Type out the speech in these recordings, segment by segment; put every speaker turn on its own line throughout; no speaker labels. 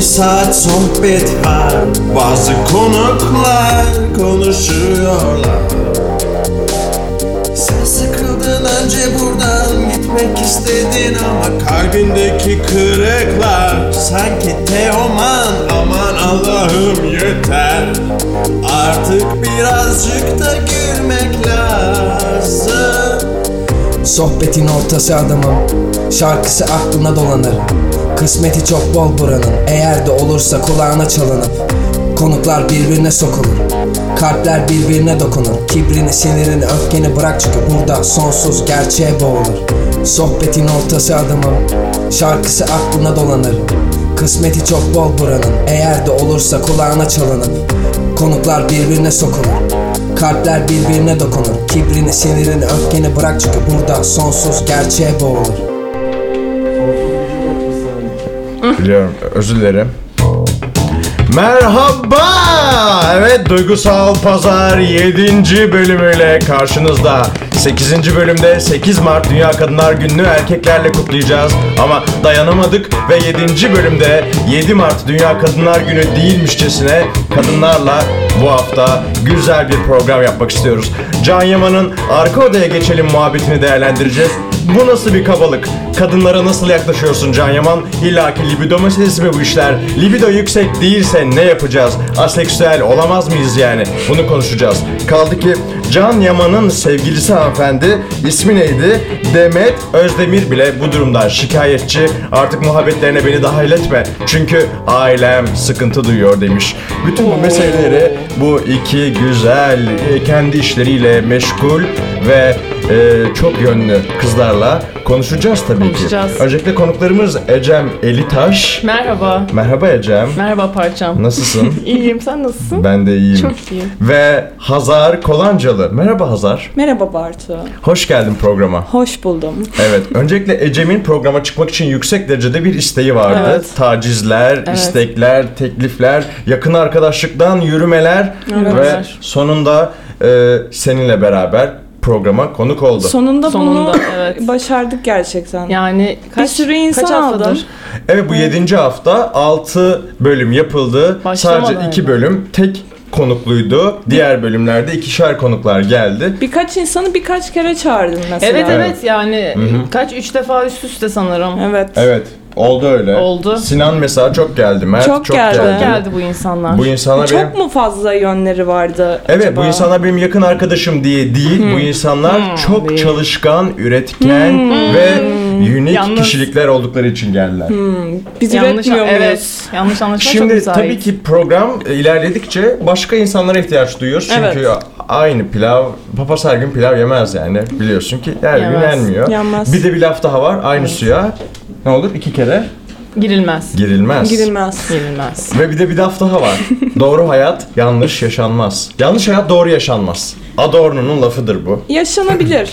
saat sohbet var Bazı konuklar konuşuyorlar Sen sıkıldın önce buradan gitmek istedin ama Kalbindeki kırıklar sanki Teoman Aman Allah'ım yeter Artık birazcık da gülmek lazım
Sohbetin ortası adamım Şarkısı aklına dolanır Kısmeti çok bol buranın Eğer de olursa kulağına çalınıp Konuklar birbirine sokulur Kalpler birbirine dokunur Kibrini, sinirini, öfkeni bırak çünkü burada sonsuz gerçeğe boğulur Sohbetin ortası adamım Şarkısı aklına dolanır Kısmeti çok bol buranın Eğer de olursa kulağına çalınıp Konuklar birbirine sokulur Kalpler birbirine dokunur Kibrini, sinirini, öfkeni bırak çünkü burada sonsuz gerçeğe boğulur
Biliyorum. Özür dilerim. Merhaba. Evet Duygusal Pazar 7. bölümüyle karşınızda. 8. bölümde 8 Mart Dünya Kadınlar Günü'nü erkeklerle kutlayacağız. Ama dayanamadık ve 7. bölümde 7 Mart Dünya Kadınlar Günü değilmişçesine kadınlarla bu hafta güzel bir program yapmak istiyoruz. Can Yaman'ın arka odaya geçelim muhabbetini değerlendireceğiz. Bu nasıl bir kabalık? Kadınlara nasıl yaklaşıyorsun Can Yaman? İlla ki libido meselesi mi bu işler? Libido yüksek değilse ne yapacağız? Aseksüel olamaz mıyız yani? Bunu konuşacağız. Kaldı ki Can Yaman'ın sevgilisi hanımefendi ismi neydi? Demet Özdemir bile bu durumdan şikayetçi. Artık muhabbetlerine beni dahil etme. Çünkü ailem sıkıntı duyuyor demiş. Bütün bu meseleleri bu iki güzel e, kendi işleriyle meşgul ve ee, çok yönlü kızlarla konuşacağız tabii
Konuşacağız.
ki. Öncelikle konuklarımız Ecem Elitaş.
Merhaba.
Merhaba Ecem.
Merhaba parçam.
Nasılsın?
İyiyim sen nasılsın?
ben de iyiyim.
Çok iyiyim.
Ve Hazar Kolancalı. Merhaba Hazar.
Merhaba Bartu.
Hoş geldin programa.
Hoş buldum.
Evet. Öncelikle Ecem'in programa çıkmak için yüksek derecede bir isteği vardı.
Evet.
Tacizler,
Evet.
istekler, teklifler, yakın arkadaşlıktan yürümeler ve
Yürümeler.
sonunda e, seninle beraber programa konuk oldu.
Sonunda,
Sonunda,
bunu
evet.
başardık gerçekten.
Yani kaç,
sürü insan
kaç haftadır?
aldın.
Evet bu 7. hafta 6 bölüm yapıldı.
Başlamadan
Sadece 2
yani.
bölüm tek konukluydu. Diğer bölümlerde ikişer konuklar geldi.
Birkaç insanı birkaç kere çağırdın mesela.
Evet
Evet.
evet yani kaç üç defa üst üste sanırım.
Evet.
Evet oldu öyle.
Oldu.
Sinan mesela çok geldi. Mert çok,
Çok
geldi.
geldi.
Çok geldi bu insanlar.
Bu insana benim...
Çok mu fazla yönleri vardı
Evet
acaba?
bu insanlar benim yakın arkadaşım diye değil. Bu insanlar çok çalışkan, üretken ve unik
Yalnız-
kişilikler oldukları için geldiler.
Biz
yanlış
üretmiyor muyuz?
evet. Yanlış anlaşma çok
Şimdi
müsait.
tabii ki program e, ilerledikçe başka insanlara ihtiyaç duyuyoruz. Çünkü
Evet.
aynı pilav, papaz her gün pilav yemez yani. Biliyorsun ki her gün
Yemez.
yenmiyor.
Yenmez.
Bir de bir laf daha var. Aynı suya ne olur iki kere
girilmez.
girilmez.
Girilmez.
Girilmez.
Ve bir de bir laf daha var. doğru hayat yanlış yaşanmaz. Yanlış hayat doğru yaşanmaz. Adorno'nun lafıdır bu.
Yaşanabilir.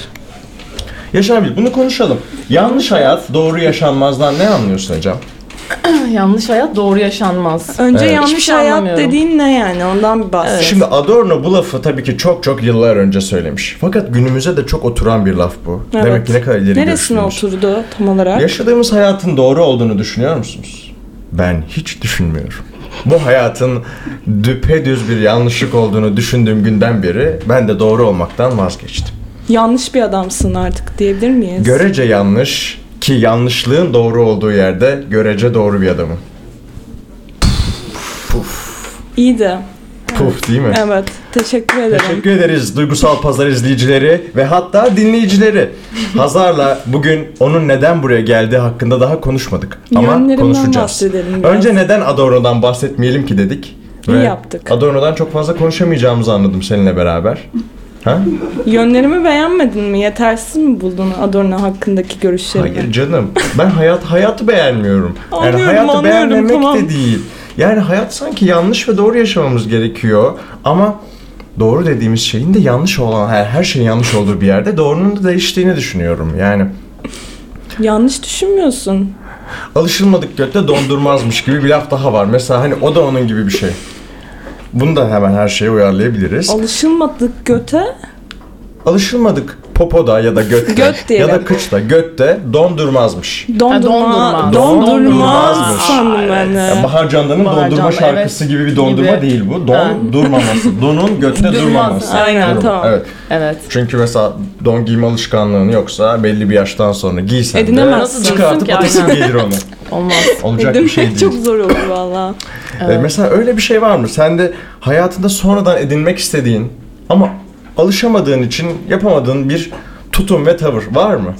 Yaşanabilir. Bunu konuşalım. Yanlış hayat doğru yaşanmazdan ne anlıyorsun hocam?
Ah, Yanlış hayat doğru yaşanmaz.
Önce
Evet.
yanlış
Hiçbir şey
hayat
anlamıyorum.
dediğin ne yani? Ondan bir bahset.
Şimdi Adorno bu lafı tabii ki çok çok yıllar önce söylemiş. Fakat günümüze de çok oturan bir laf bu.
Evet.
Demek ki ne kadar ileri
Neresine
görüşlüymüş.
oturdu tam olarak?
Yaşadığımız hayatın doğru olduğunu düşünüyor musunuz? Ben hiç düşünmüyorum. Bu hayatın düpedüz bir yanlışlık olduğunu düşündüğüm günden beri ben de doğru olmaktan vazgeçtim.
Yanlış bir adamsın artık diyebilir miyiz?
Görece yanlış ki yanlışlığın doğru olduğu yerde görece doğru bir adamım.
İyi de.
Puf değil mi?
Evet. Teşekkür ederim.
Teşekkür ederiz duygusal pazar izleyicileri ve hatta dinleyicileri. Hazar'la bugün onun neden buraya geldiği hakkında daha konuşmadık ama
Yönlerinden
konuşacağız.
bahsedelim biraz.
Önce neden Adorno'dan bahsetmeyelim ki dedik.
İyi yaptık.
Adorno'dan çok fazla konuşamayacağımızı anladım seninle beraber. Ha?
Yönlerimi beğenmedin mi? Yetersiz mi buldun Adorno hakkındaki görüşlerimi?
Hayır canım. Ben hayat hayatı beğenmiyorum. Yani
Anlıyorum,
hayatı
anlıyorum,
beğenmemek de
tamam.
değil. Yani hayat sanki yanlış ve doğru yaşamamız gerekiyor ama doğru dediğimiz şeyin de yanlış olan her her şeyin yanlış olduğu bir yerde doğrunun da değiştiğini düşünüyorum. Yani
Yanlış düşünmüyorsun.
alışılmadık götte dondurmazmış gibi bir laf daha var. Mesela hani o da onun gibi bir şey. Bunu da hemen her şeye uyarlayabiliriz.
Alışılmadık göte
Alışılmadık popoda ya da götte
Göt diyelim.
ya da kıçta götte dondurmazmış.
Dondurma.
dondurma.
Dondurma
Dondurmazmış.
sandım ben de.
Yani Bahar Candan'ın
Ee, Bahar
dondurma
Candan,
şarkısı
evet.
gibi bir dondurma
Gibi.
değil bu.
Ha.
Don durmaması. Donun götte
Durmaz,
durmaması.
aynen,
Durum,
tamam.
Evet.
Evet.
Çünkü mesela don giyme alışkanlığın yoksa belli bir yaştan sonra giysen
Edinemezsin.
de çıkartıp
Ki,
atasın
aynen.
gelir onu.
Olmaz.
Olacak
Değil
bir
mi?
şey değil.
Çok zor olur valla.
Ee, mesela öyle bir şey var mı? Sen de hayatında sonradan edinmek istediğin ama alışamadığın için yapamadığın bir tutum ve tavır var mı?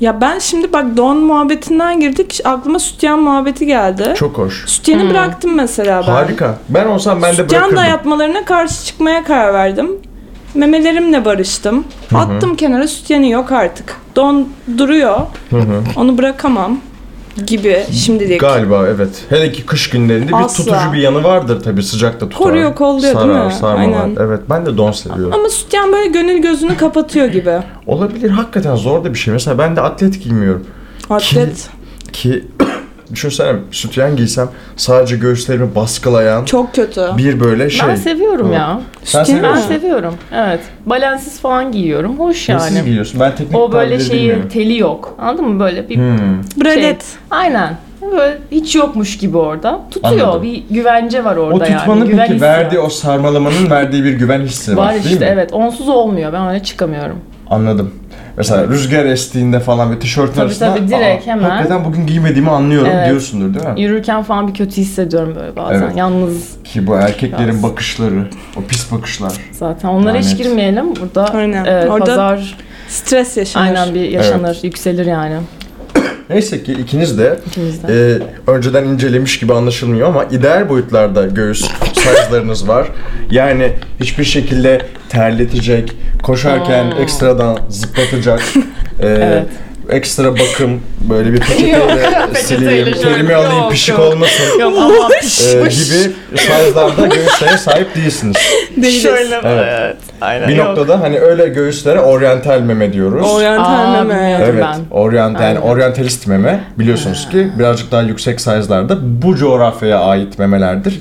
Ya ben şimdi bak don muhabbetinden girdik. Aklıma sütyen muhabbeti geldi.
Çok hoş.
Sütyeni bıraktım mesela ben.
Harika. Ben olsam ben de
Sütyen
bırakırdım.
dayatmalarına karşı çıkmaya karar verdim. Memelerimle barıştım. Attım kenara sütyeni yok artık. Don duruyor. Onu bırakamam gibi şimdilik.
Galiba evet. Hele ki kış günlerinde bir
Asla.
tutucu bir yanı vardır tabii sıcakta tutar.
Koruyor, kolluyor değil
Sarar,
mi?
sarmalar.
Aynen.
Evet ben de don seviyorum.
Ama sütyen böyle gönül gözünü kapatıyor gibi.
Olabilir hakikaten zor da bir şey. Mesela ben de atlet giymiyorum.
Atlet
Ki düşünsene sütyen giysem sadece göğüslerimi baskılayan
çok kötü.
bir böyle şey.
Ben seviyorum
Hı.
ya.
Sen
Sütyen
seviyor
Ben
mi?
musun?
seviyorum. Evet. Balensiz falan giyiyorum. Hoş
Nasıl
yani.
giyiyorsun? Ben teknik
O böyle
tabirleri
şeyi
bilmiyorum.
teli yok. Anladın mı? Böyle bir
Hmm.
Bralet.
Şey, Aynen. Böyle hiç yokmuş gibi orada. Tutuyor.
Anladım.
Bir güvence var orada
O tutmanın
yani. Güven
peki
hissi
verdiği
var.
o sarmalamanın verdiği bir güven hissi var,
var
değil
işte
mi?
evet. Onsuz olmuyor. Ben öyle çıkamıyorum.
Anladım. Mesela rüzgar estiğinde falan bir tişörtün
Tabii,
arasında
tabii, direkt hemen."
hakikaten bugün giymediğimi anlıyorum
Evet.
diyorsundur değil mi?
Yürürken falan bir kötü hissediyorum böyle bazen.
Evet.
Yalnız
Ki bu erkeklerin
Biraz.
bakışları, o pis bakışlar.
zaten. Onlara hiç
Lanet.
girmeyelim. Burada
Aynen.
e,
Orada
pazar
Stres yaşanır.
aynen bir yaşanır. Yükselir yani
Neyse ki ikiniz de
ikimizde.
e, önceden incelemiş gibi anlaşılmıyor ama ideal boyutlarda göğüs size'larınız var. Yani hiçbir şekilde terletecek, koşarken
Hmm.
ekstradan zıplatacak, e,
Evet.
ekstra bakım böyle bir peçeteyle sileyim,
şöyle,
kelime alayım
yok,
pişik
yok.
olmasın.
Yok ama
e, gibi size'larda göğüslere sahip değilsiniz.
Değiliz.
şöyle
Evet.
Aynen.
Bir
Yok.
noktada hani öyle göğüslere oryantal meme diyoruz.
Oryantal
Aa,
meme.
bilmiyorum.
Evet,
ben.
oryant yani
Aynen.
oryantalist meme biliyorsunuz ki birazcık daha yüksek size'larda bu coğrafyaya ait memelerdir.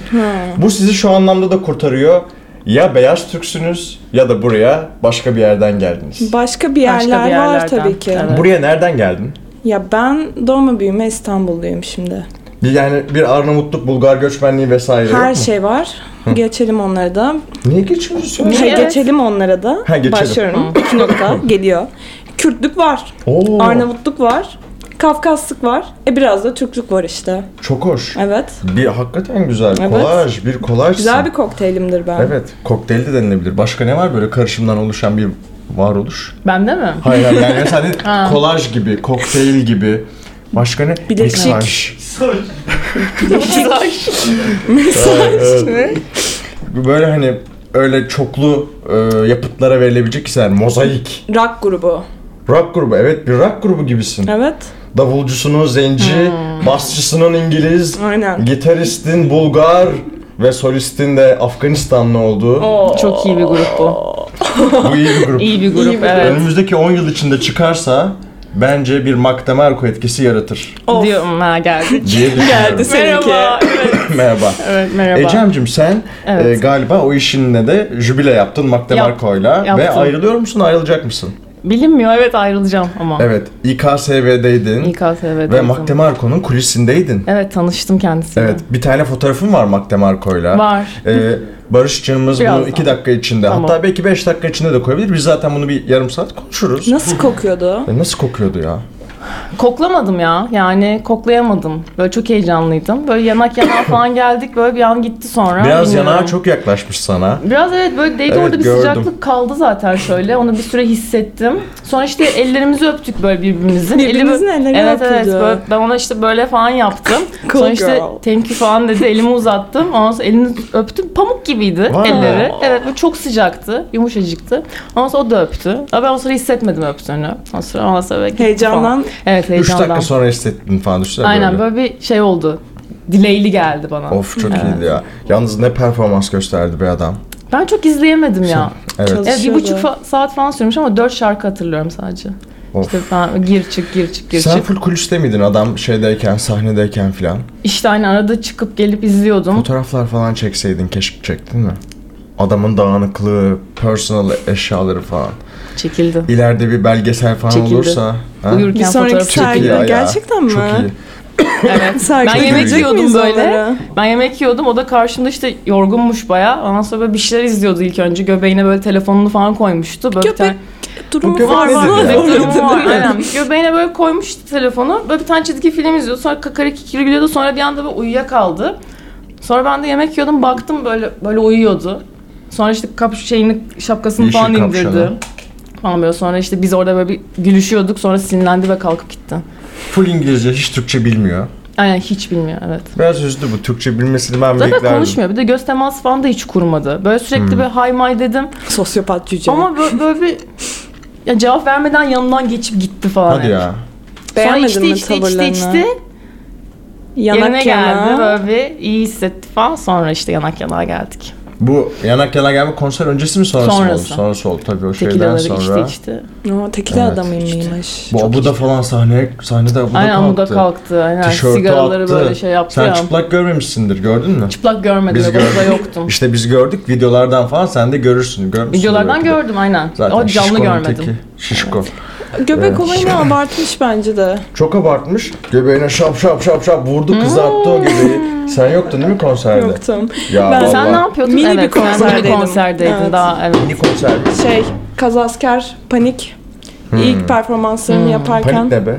Bu sizi şu anlamda da kurtarıyor. Ya beyaz Türksünüz ya da buraya başka bir yerden geldiniz.
Başka bir
Başka
yerler
bir
var
yerlerden.
tabii ki.
Evet.
Buraya nereden geldin?
Ya ben doğma büyüme İstanbulluyum şimdi.
Bir- Yani bir Arnavutluk, Bulgar göçmenliği vesaire yok
Her
mu?
şey var. Geçelim onlara da.
Niye geçiyorsun?
Ha,
Evet.
Geçelim onlara da.
Ha, geçelim.
Başlıyorum. İki nokta geliyor. Kürtlük var.
Oo,
Arnavutluk var. Kafkaslık var. E biraz da Türklük var işte.
çok hoş.
Evet.
Bir hakikaten güzel
Evet.
kolaj, bir kolajsın.
Güzel bir kokteylimdir ben.
Evet, kokteyl de denilebilir. Başka ne var böyle karışımdan oluşan bir varoluş?
Bende mi?
Hayır hayır, yani mesela ne- kolaj gibi, kokteyl gibi. Başka ne?
Bileşik.
Mesaj. Mesaj. Böyle hani öyle çoklu e, yapıtlara verilebilecek ise yani mozaik.
Rock grubu.
Rock grubu evet bir rock grubu gibisin.
Evet.
Davulcusunun zenci, basçısının İngiliz,
Aynen.
gitaristin Bulgar ve solistin de Afganistanlı olduğu.
Oh.
Çok iyi bir grup bu.
Bu iyi bir grup.
İyi bir grup evet.
Önümüzdeki 10 yıl içinde çıkarsa bence bir Mac DeMarco etkisi yaratır
Of.
Diyorum ha geldik.
diye düşünüyorum.
Geldi seninki.
Evet,
Merhaba.
evet merhaba.
Ecem'cim sen
Evet.
e, galiba o işinle de jübile yaptın Mac DeMarco'yla ve
yaptım.
ayrılıyor musun ayrılacak mısın?
Bilinmiyor evet ayrılacağım ama.
Evet İKSV'deydin
İKSV'de.
ve Mac DeMarco'nun kulisindeydin.
Evet tanıştım kendisiyle.
Evet bir tane fotoğrafın var Mac DeMarco'yla.
Var.
Ee, Barışçığımız bunu
Birazdan.
2 dakika içinde
Tamam.
hatta belki 5 dakika içinde de koyabilir. Biz zaten bunu bir yarım saat konuşuruz.
Nasıl kokuyordu?
E, Nasıl kokuyordu ya?
Koklamadım ya. Yani koklayamadım. Böyle çok heyecanlıydım. Böyle yanak yanağa falan geldik. Böyle bir an gitti sonra.
Biraz
Bilmiyorum.
yanağa çok yaklaşmış sana.
Biraz evet böyle değdi
Evet,
orada bir
gördüm.
sıcaklık kaldı zaten şöyle. Onu bir süre hissettim. Sonra işte ellerimizi öptük böyle birbirimizin.
Birbirimizin
Elimi-
elleri
Evet evet.
öpüldü.
Böyle- ben ona işte böyle falan yaptım.
Cool
sonra işte
girl.
thank you falan dedi. Elimi uzattım. Ondan sonra elini öptüm. Pamuk gibiydi
Vay.
elleri. Evet bu çok sıcaktı. Yumuşacıktı. Ondan sonra o da öptü. Ama ben o sonra hissetmedim öptüğünü. Ondan sonra, ondan sonra böyle gitti falan.
Heyecandan.
Evet
3
heyecandan.
dakika sonra hissettin falan düşünsene
Aynen böyle bir şey oldu. Dileyli geldi bana.
Of çok iyiydi ya. Yalnız ne performans gösterdi be adam.
Ben çok izleyemedim ya.
Evet.
Evet, bir
Çalışıyordu.
buçuk fa- saat falan sürmüş ama dört şarkı hatırlıyorum sadece.
Of.
İşte ben gir çık gir çık gir
Sen
çık.
full kuliste miydin adam şeydeyken, sahnedeyken filan?
İşte aynı arada çıkıp gelip izliyordum.
Fotoğraflar falan çekseydin keşke çektin mi? adamın dağınıklığı, personal eşyaları falan.
Çekildi.
İleride bir belgesel falan
Çekildi.
olursa. ha?
Uyurken
Bir sonraki
fotoğraf çekildi.
iyi ya.
sergide gerçekten mi?
Çok iyi.
Evet.
Sergide
Ben yemek
görecek
yiyordum
miyiz
böyle.
onları?
Ben yemek yiyordum. O da karşımda işte yorgunmuş bayağı. Ondan sonra böyle bir şeyler izliyordu ilk önce. Göbeğine böyle telefonunu falan koymuştu. Böyle
Köpek
Bu
durumu
köpek
var
nedir
var.
ya?
var.
Göbek
Değil
durumu var.
mi?
Aynen. Göbeğine böyle koymuş telefonu. Böyle bir tane çizgi film izliyordu. Sonra kakara kikiri gülüyordu. Sonra bir anda böyle uyuyakaldı. Sonra ben de yemek yiyordum. Baktım böyle böyle uyuyordu. Sonra işte kap şeyini şapkasını
Yeşil
falan indirdi.
kapşonu.
Falan böyle. Sonra işte biz orada böyle bir gülüşüyorduk. Sonra sinirlendi ve kalkıp gitti.
Full İngilizce, hiç Türkçe bilmiyor.
Aynen hiç bilmiyor evet.
Biraz üzdü bu. Türkçe bilmesini ben
Zaten
beklerdim.
konuşmuyor. Bir de göz teması falan da hiç kurmadı. Böyle sürekli
Hmm.
bir hay may dedim.
Sosyopat cüce.
Ama böyle, böyle bir ya cevap vermeden yanından geçip gitti falan.
Hadi
yani.
ya.
Sonra
Beğenmedin
içti
mi
içti içti
tavırlarını?
içti. Yerine
Yanak
geldi
yana.
böyle bir iyi hissetti falan. Sonra işte yanak yanağa geldik.
Bu yanak yana gelme konser öncesi mi sonrası, mı oldu?
Sonrası.
Sonrası oldu tabii o şeyden
Tekilaları
sonra.
içti içti.
Aa, tekili
Evet,
adam
işte.
mıymış?
Bu abuda falan sahne, sahnede abuda
Aynen
kalktı.
amuda kalktı. Aynen
Tişörtü
sigaraları
attı.
böyle şey yaptı
Sen
ya.
çıplak görmemişsindir gördün mü?
Çıplak görmedim.
Biz
Biz orada
gördük.
yoktum.
İşte biz gördük videolardan falan sen de görürsün. Görmüşsün
Videolardan
belki de.
gördüm aynen.
Zaten
o canlı
şişkonun
görmedim.
teki. Şişko.
Göbek olayını abartmış bence de.
Çok abartmış. Göbeğine şap şap şap şap vurdu kızarttı o
Hmm.
göbeği. Sen yoktun değil mi konserde?
Yoktum.
Ya
Ben-
vallahi.
Sen ne yapıyordun?
Mini bir
evet, sen
konserdeydim.
Mini konserdeydin
Evet.
daha evet.
Mini konser.
Şey, kazasker, panik.
Hmm.
İlk performanslarını yaparken
Panik ne be?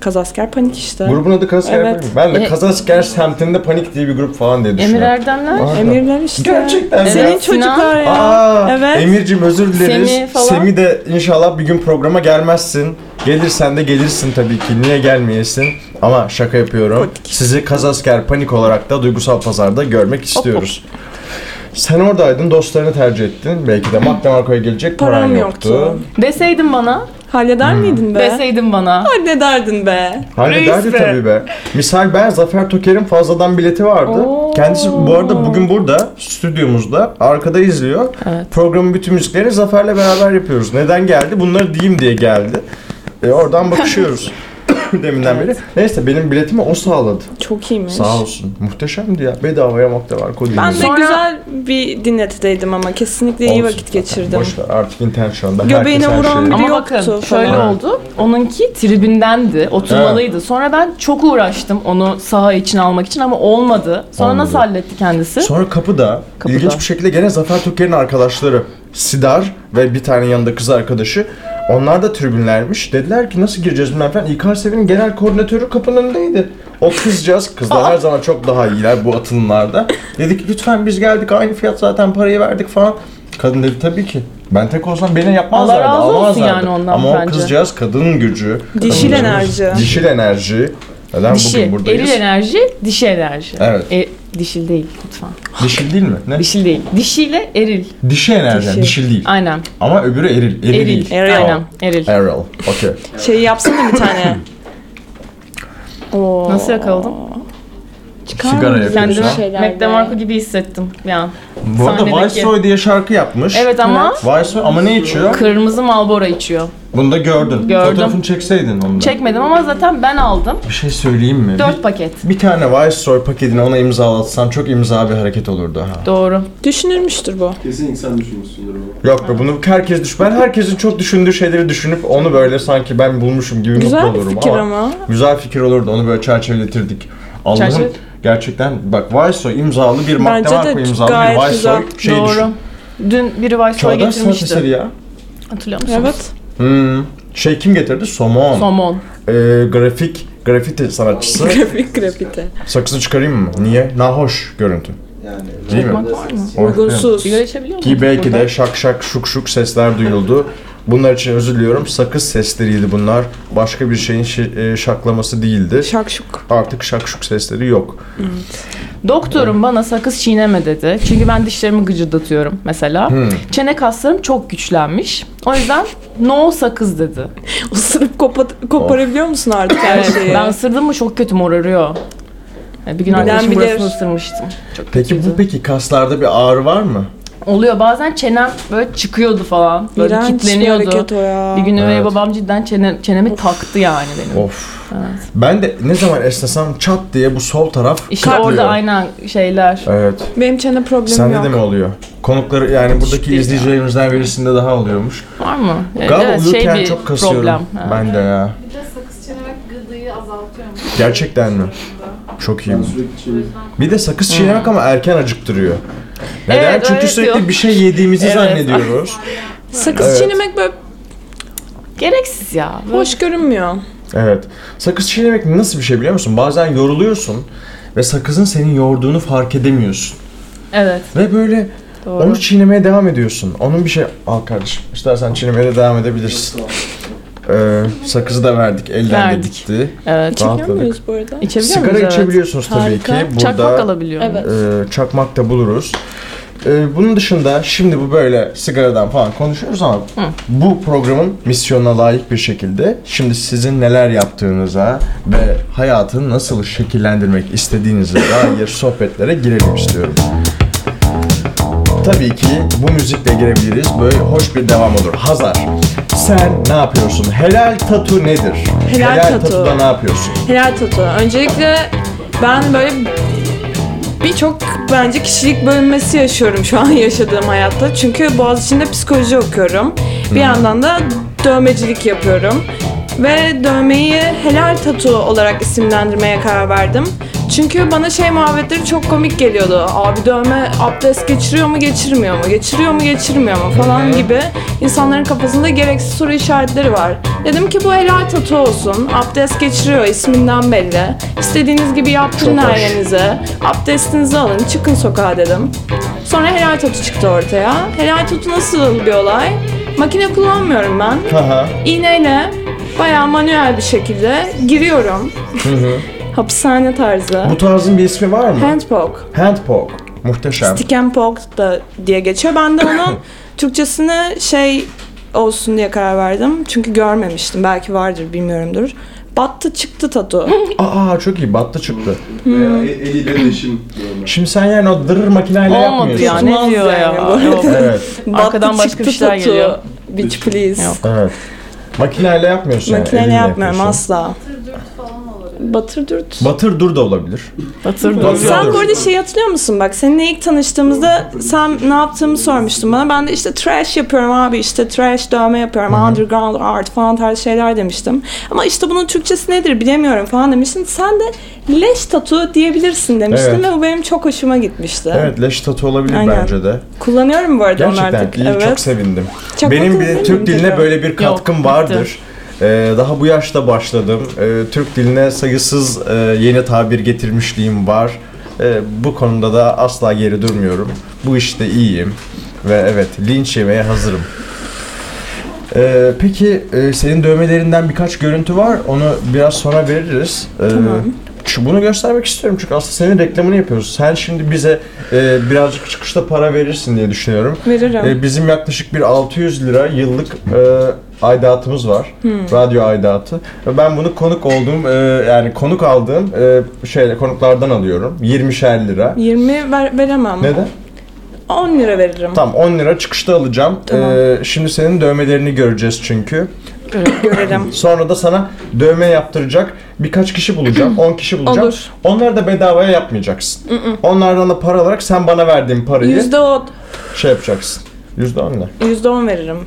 kazasker panik işte.
Grubun adı Kazasker
Evet.
mi? Ben de
E-
Kazasker semtinde panik diye bir grup falan diye
Emir
düşünüyorum.
Erdemler.
Pardon.
Emirler işte.
Gerçekten mi?
Senin
Evet, Sinan.
çocuklar ya.
Aa,
evet.
Emir'cim özür dileriz.
Semih falan.
Semih de inşallah bir gün programa gelmezsin. Gelirsen de gelirsin tabii ki. Niye gelmeyesin? Ama şaka yapıyorum. Sizi Kazasker Panik olarak da duygusal pazarda görmek istiyoruz. Sen oradaydın, dostlarını tercih ettin. Belki de Mac DeMarco'ya gelecek paran,
Param
yoktu. Hmm.
yoktu.
Deseydin bana.
Halleder miydin be?
Deseydin bana.
Hallederdin be.
Hallederdi
Reis be.
tabii be. Misal ben Zafer Toker'in fazladan bileti vardı.
Oo.
Kendisi bu arada bugün burada stüdyomuzda arkada izliyor.
Evet.
Programın bütün müziklerini Zafer'le beraber yapıyoruz. Neden geldi? Bunları diyeyim diye geldi. E, oradan bakışıyoruz. Deminden beri. Neyse benim biletimi o sağladı.
Çok iyiymiş.
Sağ olsun. Muhteşemdi ya. Bedavaya makta var.
Ben de
Sonra-
güzel bir dinletideydim ama kesinlikle iyi vakit geçirdim.
Boş ver artık internet şu anda.
Göbeğine
Herkes her
vuran
şeyi-
bir-
Ama
Yoktu
bakın
falan.
şöyle
Evet.
oldu. Onunki tribündendi. Oturmalıydı. Sonra ben çok uğraştım onu saha için almak için ama olmadı. Sonra
Olmadı.
nasıl halletti kendisi?
Sonra kapıda,
Kapıda.
ilginç bir şekilde gene Zafer Toker'in arkadaşları Sidar ve bir tane yanında kız arkadaşı onlar da tribünlermiş. Dediler ki nasıl gireceğiz bilmem falan. İlker Sevin'in genel koordinatörü kapının önündeydi. O kızcağız, kızlar her zaman çok daha iyiler bu atılımlarda. Dedik lütfen biz geldik aynı fiyat zaten parayı verdik falan. Kadın dedi tabii ki. Ben tek olsam beni yapmazlardı,
Allah razı olsun
almazlardı."
yani ondan
Ama o
bence.
kızcağız kadının gücü.
Dişil
kadın-
enerji.
Dişil enerji. Neden bugün
Dişi.
buradayız?
Eril enerji, dişi enerji.
Evet.
E, dişil değil lütfen.
Dişil değil mi? Ne?
Dişil değil. Dişiyle eril.
Dişi enerji,
Dişi.
dişil değil.
Aynen.
Ama öbürü eril. Eril.
Eril.
Eril.
Aynen. Eril.
Eril. Okey.
Şeyi yapsana bir tane. Oo.
Nasıl yakaladım?
Çıkar
Sigara
mısın?
yakıyorsun
Kendime
ha?
şeyler
Mac
be.
DeMarco gibi hissettim bir an.
Bu arada
şey, Sahnedeki-
Viceroy diye şarkı yapmış.
Evet ama
Viceroy ama ne içiyor?
kırmızı Marlboro içiyor.
Bunu da gördün.
Gördüm.
Fotoğrafını çekseydin onu da.
Çekmedim ama zaten ben aldım.
Bir şey söyleyeyim mi?
Dört paket.
Bir, bir tane Viceroy paketini ona imzalatsan çok imza bir hareket olurdu ha.
Doğru.
Düşünülmüştür bu.
Kesin insan düşünmüşsündür bu.
Yok be bunu herkes düş. Ben herkesin çok düşündüğü şeyleri düşünüp onu böyle sanki ben bulmuşum gibi
Güzel
mutlu
bir
olurum
fikir
ama.
ama.
Güzel fikir olurdu. Onu böyle çerçeveletirdik. Allah'ım
Çerçeve-
gerçekten bak Viceroy imzalı bir madde
Bence
var
de
imzalı bir
gayet
Viceroy
güzel.
şey
Doğru.
düşün.
Dün biri Viceroy'a
Çağdaş sanat
getirmişti.
eseri ya.
Hatırlıyor musunuz?
Evet.
Hmm. Şey kim getirdi? Somon.
Somon.
Ee, grafik, grafiti sanatçısı.
Grafik grafite.
Sakızı çıkarayım mı? Niye? Nahoş görüntü.
Yani
Değil mi?
Bakmak var mı?
Hoş değil mi?
Uygunsuz.
Sigara içebiliyor musun?
Ki belki de şak şak şuk şuk sesler duyuldu. Bunlar için özür diliyorum. Sakız sesleriydi bunlar. Başka bir şeyin şi- e, şaklaması değildi.
Şakşuk.
Artık şak şuk sesleri yok.
Doktorum bana sakız çiğneme dedi. Çünkü ben dişlerimi gıcırdatıyorum mesela.
Hmm.
Çene kaslarım çok güçlenmiş. O yüzden no sakız dedi.
Isırıp kopa- koparabiliyor musun artık her
Evet,
şeyi?
ben ısırdım mı çok kötü morarıyor. Yani Bir gün arkadaşım
bilir.
burasını ısırmıştım. Çok
Peki bu
kötüydü.
peki kaslarda bir ağrı var mı?
Oluyor bazen çenem böyle çıkıyordu falan. Böyle
İğrenç bir
kilitleniyordu.
hareket o ya.
Bir gün üvey
Evet.
babam cidden çene, çenemi taktı yani benim.
Of. Ben de ne zaman esnesem çat diye bu sol taraf
İşte
kıtlıyor.
orada aynen şeyler.
Evet.
Benim çene problemim
Sende
yok.
de mi oluyor? Konukları yani buradaki
değil ya.
izleyicilerimizden birisinde daha oluyormuş.
Var mı?
Galiba
evet, şey
uyurken
bir
çok kasıyorum
problem. Ha.
ben de ya.
Bir de sakız çiğnemek gıdıyı azaltıyormuş.
Gerçekten mi? Çok iyi bu. Bir de sakız çiğnemek ama erken acıktırıyor. Neden?
Evet,
Çünkü
öyle
sürekli
diyor.
bir şey yediğimizi
Evet.
zannediyoruz.
Sakız
Evet.
çiğnemek böyle
Gereksiz ya.
hoş görünmüyor.
Evet. Sakız çiğnemek nasıl bir şey biliyor musun? Bazen yoruluyorsun ve sakızın senin yorduğunu fark edemiyorsun.
Evet.
Ve böyle
Doğru.
onu çiğnemeye devam ediyorsun. Onun bir şey... Al kardeşim. İstersen çiğnemeye de devam edebilirsin. Ee, sakızı da verdik. Elden
Verdik.
de gitti.
Evet.
Rahatladık.
Çekiyor muyuz bu arada?
İçebiliyor
Sigara
muyuz? Evet.
içebiliyorsunuz tabii
Harika.
ki. Burada
Çakmak alabiliyorum.
Evet.
e, çakmak da buluruz. E, bunun dışında şimdi bu böyle sigaradan falan konuşuyoruz ama bu programın misyonuna layık bir şekilde şimdi sizin neler yaptığınıza ve hayatını nasıl şekillendirmek istediğinize dair sohbetlere girelim istiyorum. Tabii ki bu müzikle girebiliriz. Böyle hoş bir devam olur. Hazar, sen ne yapıyorsun? Helal tatu nedir?
Helal tatu.
tatuda ne yapıyorsun?
Helal Tatu. Öncelikle ben böyle birçok bence kişilik bölünmesi yaşıyorum şu an yaşadığım hayatta. Çünkü Boğaziçi'nde psikoloji okuyorum.
Hmm.
Bir yandan da dövmecilik yapıyorum. Ve dövmeyi helal tatu olarak isimlendirmeye karar verdim. Çünkü bana şey muhabbetleri çok komik geliyordu. Abi dövme abdest geçiriyor mu geçirmiyor mu? Geçiriyor mu geçirmiyor mu falan gibi insanların kafasında gereksiz soru işaretleri var. Dedim ki bu helal tatu olsun. Abdest geçiriyor isminden belli. İstediğiniz gibi yaptırın
Çok hoş.
ailenize. Abdestinizi alın çıkın sokağa dedim. Sonra helal tatu çıktı ortaya. Helal tatu nasıl bir olay? Makine kullanmıyorum ben
Haha.
iğneyle bayağı manuel bir şekilde giriyorum. Hapishane tarzı.
Bu tarzın bir ismi var mı?
Handpoke.
Handpoke. Muhteşem.
Stick and poke da diye geçiyor. Ben de onun Türkçesini şey olsun diye karar verdim. Çünkü görmemiştim. Belki vardır bilmiyorumdur. Battı çıktı tatu.
Aa çok iyi battı çıktı.
Veya el- eliyle deşim.
Şimdi sen yani o dırır makineyle
Olmadı
yapmıyorsun.
ya ne
Tutmaz
diyor
yani
ya.
bu arada.
Yok.
Evet,
Battı
Arkadan başka
çıktı
bir şeyler
tatu.
geliyor.
Bitch please.
Yok.
evet. Makineyle yapmıyorsun yani.
Makineyle
elinle
yapmıyorum
yapıyorsun.
asla.
Tır dürt falan olabilir.
Batır dürt.
Batır dur da olabilir. Batır.
Batır duruyor.
Sen bu arada şey hatırlıyor musun bak seninle ilk tanıştığımızda sen ne yaptığımı sormuştun bana. Ben de işte trash yapıyorum abi işte trash dövme yapıyorum underground art falan tarz şeyler demiştim. Ama işte bunun Türkçesi nedir bilemiyorum falan demiştin. Sen de leş tatu diyebilirsin demiştin
Evet.
ve bu benim çok hoşuma gitmişti.
Evet leş tatu olabilir
Aynen.
bence de.
Kullanıyorum bu arada onu
Gerçekten
artık.
iyi
evet.
çok sevindim.
Çakmak
Benim
izledim
bir Türk diline
tabii.
böyle bir katkım
bitti.
vardır. Ee, daha bu yaşta başladım. Ee, Türk diline sayısız e, yeni tabir getirmişliğim var. Ee, bu konuda da asla geri durmuyorum. Bu işte iyiyim. Ve evet linç yemeye hazırım. Ee, peki e, senin dövmelerinden birkaç görüntü var. Onu biraz sonra veririz. Ee, şu- Bunu göstermek istiyorum çünkü aslında senin reklamını yapıyoruz. Sen şimdi bize e, birazcık çıkışta para verirsin diye düşünüyorum.
Veririm.
Ee, bizim yaklaşık bir 600 lira yıllık e, aidatımız var.
Hmm.
Radyo aidatı. Ve ben bunu konuk olduğum e, yani konuk aldığım e, şeyle konuklardan alıyorum. 20'şer lira.
20 ver- veremem.
Neden?
10 lira veririm.
Tamam 10 lira çıkışta alacağım.
Tamam.
Ee, şimdi senin dövmelerini göreceğiz çünkü.
Görelim.
Sonra da sana dövme yaptıracak birkaç kişi bulacağım. 10 kişi bulacağım.
Olur.
Onları da bedavaya yapmayacaksın. Onlardan da para alarak sen bana verdiğin parayı
Yüzde Ee, o-
şey yapacaksın. Yüzde on ne?
yüzde on veririm.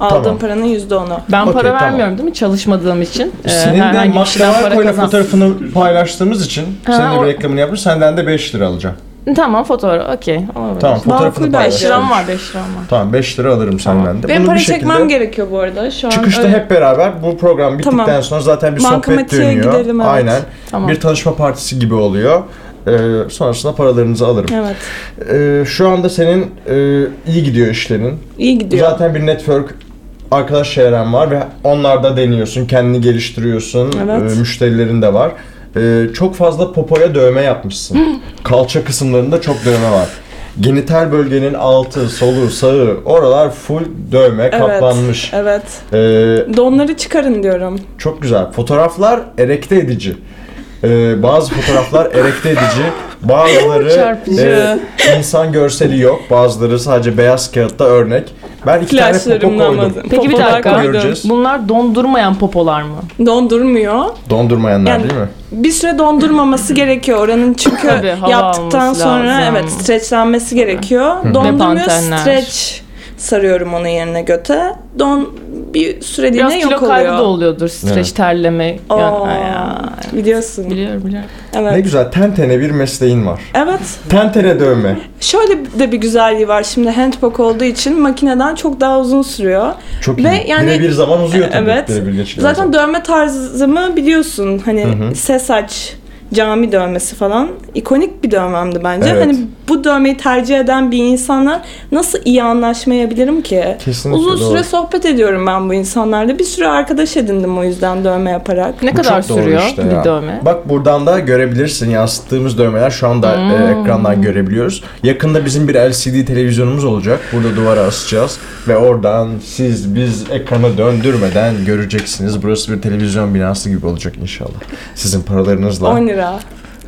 Aldığım
Tamam.
paranın yüzde onu.
Ben
Okey,
para
tamam.
vermiyorum değil mi? Çalışmadığım için. Ee,
Senin de
herhangi bir
Maçta
kişiden para
Varko'yla
kazan-
fotoğrafını paylaştığımız için
Ha,
senin de
o-
bir reklamını yapmış. Senden de 5 lira alacağım.
Tamam fotoğraf. Okey. olabilir.
Tamam fotoğrafını
Makul
Beş
bence.
paylaş.
liram var 5 liram var.
Tamam 5 lira alırım senden de.
Benim
Bunu
para
bir
çekmem
şekilde-
gerekiyor bu arada. Şu an
Çıkışta
öyle-
hep beraber bu program bittikten
Tamam.
sonra zaten bir sohbet
Bankamatiğe
dönüyor.
gidelim, evet.
Aynen.
Tamam.
Bir tanışma partisi gibi oluyor. Ee, sonrasında paralarınızı alırım.
Evet.
Ee, şu anda senin e, iyi gidiyor işlerin.
İyi gidiyor.
Zaten bir network arkadaş çevren var ve onlarda deniyorsun, kendini geliştiriyorsun.
Evet.
Ee, müşterilerin de var. Ee, çok fazla popoya dövme yapmışsın. Kalça kısımlarında çok dövme var. Genital bölgenin altı, solu, sağı, oralar full dövme kaplanmış.
Evet.
Ee,
Donları çıkarın diyorum.
çok güzel. Fotoğraflar erekte edici. Ee, bazı fotoğraflar erekte edici. Bazıları e,
Çarpıcı.
insan görseli yok. Bazıları sadece beyaz kağıtta örnek. Ben iki tane popo
Flashlarımdan
koydum.
anladım.
Peki bir
Popolar
dakika.
koydum.
Göreceğiz.
Bunlar dondurmayan popolar mı?
Dondurmuyor.
Dondurmayanlar
Yani-
değil mi?
Bir süre dondurmaması gerekiyor oranın çünkü
Tabii, hava
yaptıktan
alması
sonra
lazım.
evet streçlenmesi gerekiyor. Dondurmuyor
pantenler.
streç sarıyorum onun yerine göte. Don bir
Biraz
süreliğine
kilo
yok
kaybı da
oluyor.
oluyordur. Streç,
Evet.
terleme.
Oo,
Yani, ay, ay.
biliyorsun.
Biliyorum biliyorum.
Ne
Evet.
güzel ten tene bir mesleğin var.
Evet.
Ten tene dövme.
Şöyle de bir güzelliği var şimdi handpok olduğu için makineden çok daha uzun sürüyor.
Çok
Ve
iyi.
yani-
Birebir zaman uzuyor tabii.
Evet.
Birebir geçiyor.
Zaten dövme tarzımı biliyorsun hani
Hı hı.
ses aç cami dövmesi falan ikonik bir dövmemdi bence.
Evet.
Hani bu dövmeyi tercih eden bir insanla nasıl iyi anlaşmayabilirim ki?
Kesinlikle
Uzun
doğru.
süre sohbet ediyorum ben bu insanlarla. Bir sürü arkadaş edindim o yüzden dövme yaparak.
Ne
Bu
kadar
çok doğru
sürüyor
işte
bir
ya.
dövme?
Bak buradan da görebilirsin yansıttığımız dövmeler şu anda e,
Hmm.
ekrandan görebiliyoruz. Yakında bizim bir LCD televizyonumuz olacak. Burada duvara asacağız ve oradan siz biz ekranı döndürmeden göreceksiniz. Burası bir televizyon binası gibi olacak inşallah. Sizin paralarınızla.
10 lira.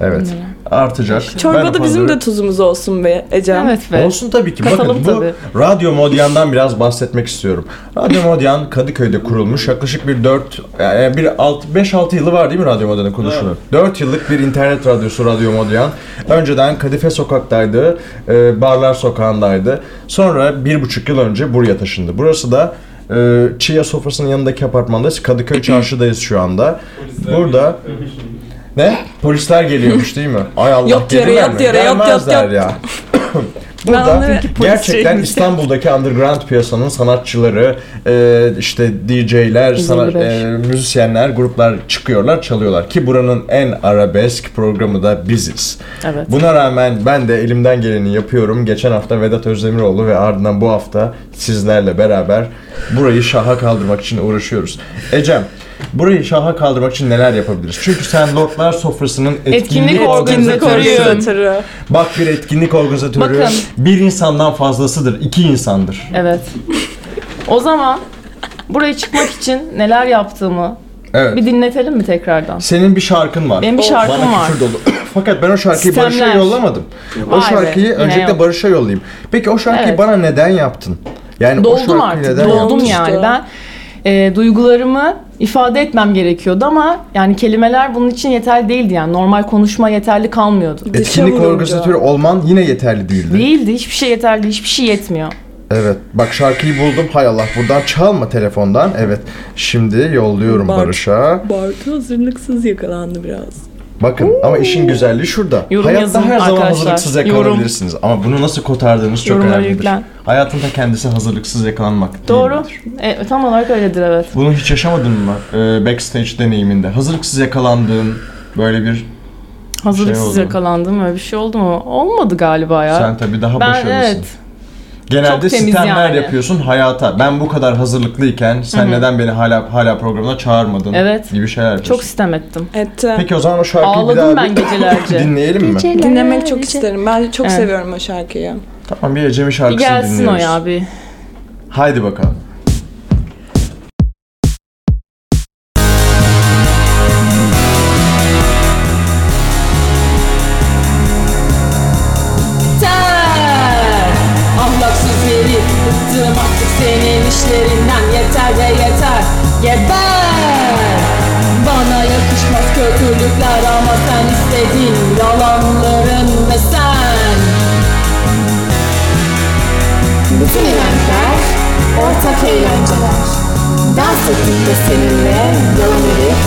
evet. Artacak. Ben
Çorba da bizim de
paraları-
tuzumuz olsun be Ecem.
Evet be.
Olsun tabii ki.
Katalım
Bakın bu
tabii.
Radyo Modyan'dan biraz bahsetmek istiyorum. Radyo Modyan Kadıköy'de kurulmuş. Yaklaşık bir 4 yani bir 5-6 yılı var değil mi Radyo Modyan'ın kuruluşunun? 4 yıllık bir internet radyosu Radyo Modyan. Önceden Kadife Sokak'taydı. e, Barlar Sokağı'ndaydı. Sonra 1,5 yıl önce buraya taşındı. Burası da e, Çiğya sofrasının yanındaki apartmandayız. Kadıköy Çarşı'dayız şu anda. Burada ne? Polisler geliyormuş değil mi? Ay Allah
Yat yere,
gelirler
yat
mi?
yere, yat, yat,
Gelmezler
yat.
ya.
Ben
Burada
onları-
gerçekten İstanbul'daki underground piyasanın sanatçıları, e, işte DJ'ler, sanat, e, müzisyenler, gruplar çıkıyorlar, çalıyorlar. Ki buranın en arabesk programı da biziz.
Evet.
Buna rağmen ben de elimden geleni yapıyorum. Geçen hafta Vedat Özdemiroğlu ve ardından bu hafta sizlerle beraber burayı şaha kaldırmak için uğraşıyoruz. Ecem, burayı şaha kaldırmak için neler yapabiliriz? Çünkü sen Lordlar Sofrası'nın etkinlik,
Etkinlik
organizatörüsün.
organizatörüyüm.
Satırı.
Bak bir etkinlik organizatörü
Bakın.
bir insandan fazlasıdır, iki insandır.
Evet. O zaman buraya çıkmak için neler yaptığımı
Evet.
bir dinletelim mi tekrardan?
Senin bir şarkın var.
Benim bir şarkım
Bana
var.
küfür dolu. Fakat ben o şarkıyı Barış'a
Sistemler.
yollamadım. o
Vay be,
şarkıyı
yine
öncelikle
yok.
Barış'a yollayayım. Peki o şarkıyı
Evet.
bana neden yaptın? Yani o
Doldum
şarkıyı
artık.
neden
Doldum
yaptın?
ya.
yani.
İşte.
Ben e, duygularımı ifade etmem gerekiyordu ama yani kelimeler bunun için yeterli değildi yani. Normal konuşma yeterli kalmıyordu.
Dışa
Etkinlik
vurunca.
organizatörü olman yine yeterli değildi.
Değildi. Hiçbir şey yeterli. değil, Hiçbir şey yetmiyor.
Evet. Bak şarkıyı buldum. Hay Allah buradan çalma telefondan. Evet. Şimdi yolluyorum
Bak.
Barış'a.
Bartu hazırlıksız yakalandı biraz.
Bakın ama işin güzelliği şurada.
Yorum
Hayatta
yazın
her zaman
arkadaşlar.
hazırlıksız
Yorum.
yakalanabilirsiniz. Ama bunu nasıl kotardığınız çok
Yorumlara
önemlidir.
yüklen.
Hayatın da kendisi hazırlıksız yakalanmak.
Doğru.
değildir.
E, tam olarak öyledir evet.
Bunu hiç yaşamadın mı e, backstage deneyiminde? Hazırlıksız yakalandığın böyle bir...
Hazırlıksız
Şey oldu.
yakalandım öyle bir şey oldu mu? Olmadı galiba ya.
Sen tabii daha
ben
başarılısın.
evet.
Genelde
Çok temiz
sistemler
yani.
yapıyorsun hayata. Ben bu kadar hazırlıklıyken sen neden beni hala hala programına çağırmadın
Evet.
gibi şeyler yapıyorsun.
Çok sistem ettim.
Etti.
Peki o zaman o şarkıyı bir
Ağladım
daha
ben
bir
gecelerce.
dinleyelim mi?
e, Dinlemek çok isterim. Ben
Ee,
çok
şey- Evet.
seviyorum o şarkıyı.
Tamam bir Ecemi
Bir
şarkısını
gelsin
dinliyoruz.
o ya bir.
Haydi bakalım.
yeter Ahlaksız herif Bıktım artık senin işlerinden Yeter ve yeter Geber Bana yakışmaz kötülükler Ama sen istedin Yalanların ve sen Bütün eğlenceler Ortak eğlenceler Dans ettik de seninle Yalan herif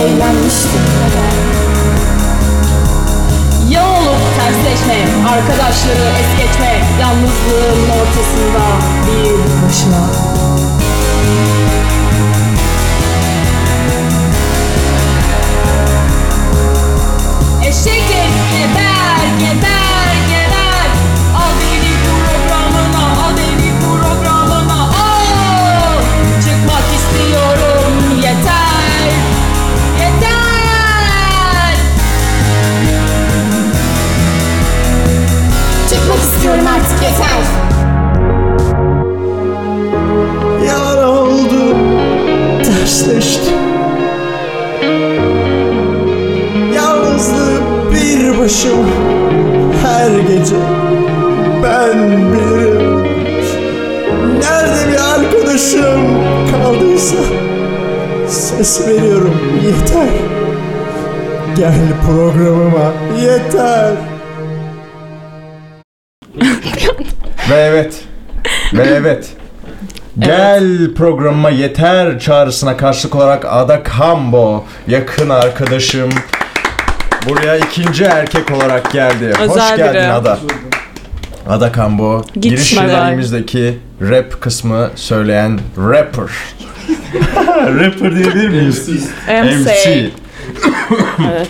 Eğlenmiştik kadar ya olup tersleşme, arkadaşları es geçme Yalnızlığın ortasında bir başına Eşek et, geber, geber, geber Al beni programına, al beni programına Al, çıkmak istiyorum yeter Yeter Çıkmak istiyorum artık yeter.
Yara oldu Tersleşti Yalnızlık bir başıma ses veriyorum. Yeter. Gel programıma. Yeter.
Ve evet. Ve evet. Gel programıma yeter çağrısına karşılık olarak Ada Kambo yakın arkadaşım buraya ikinci erkek olarak geldi. Hoş
Özel
geldin
biri.
Ada. Ada Kambo
Gitme
giriş
be.
şeklimizdeki rap kısmı söyleyen rapper. rapper diyebilir miyiz?
MC.
Evet.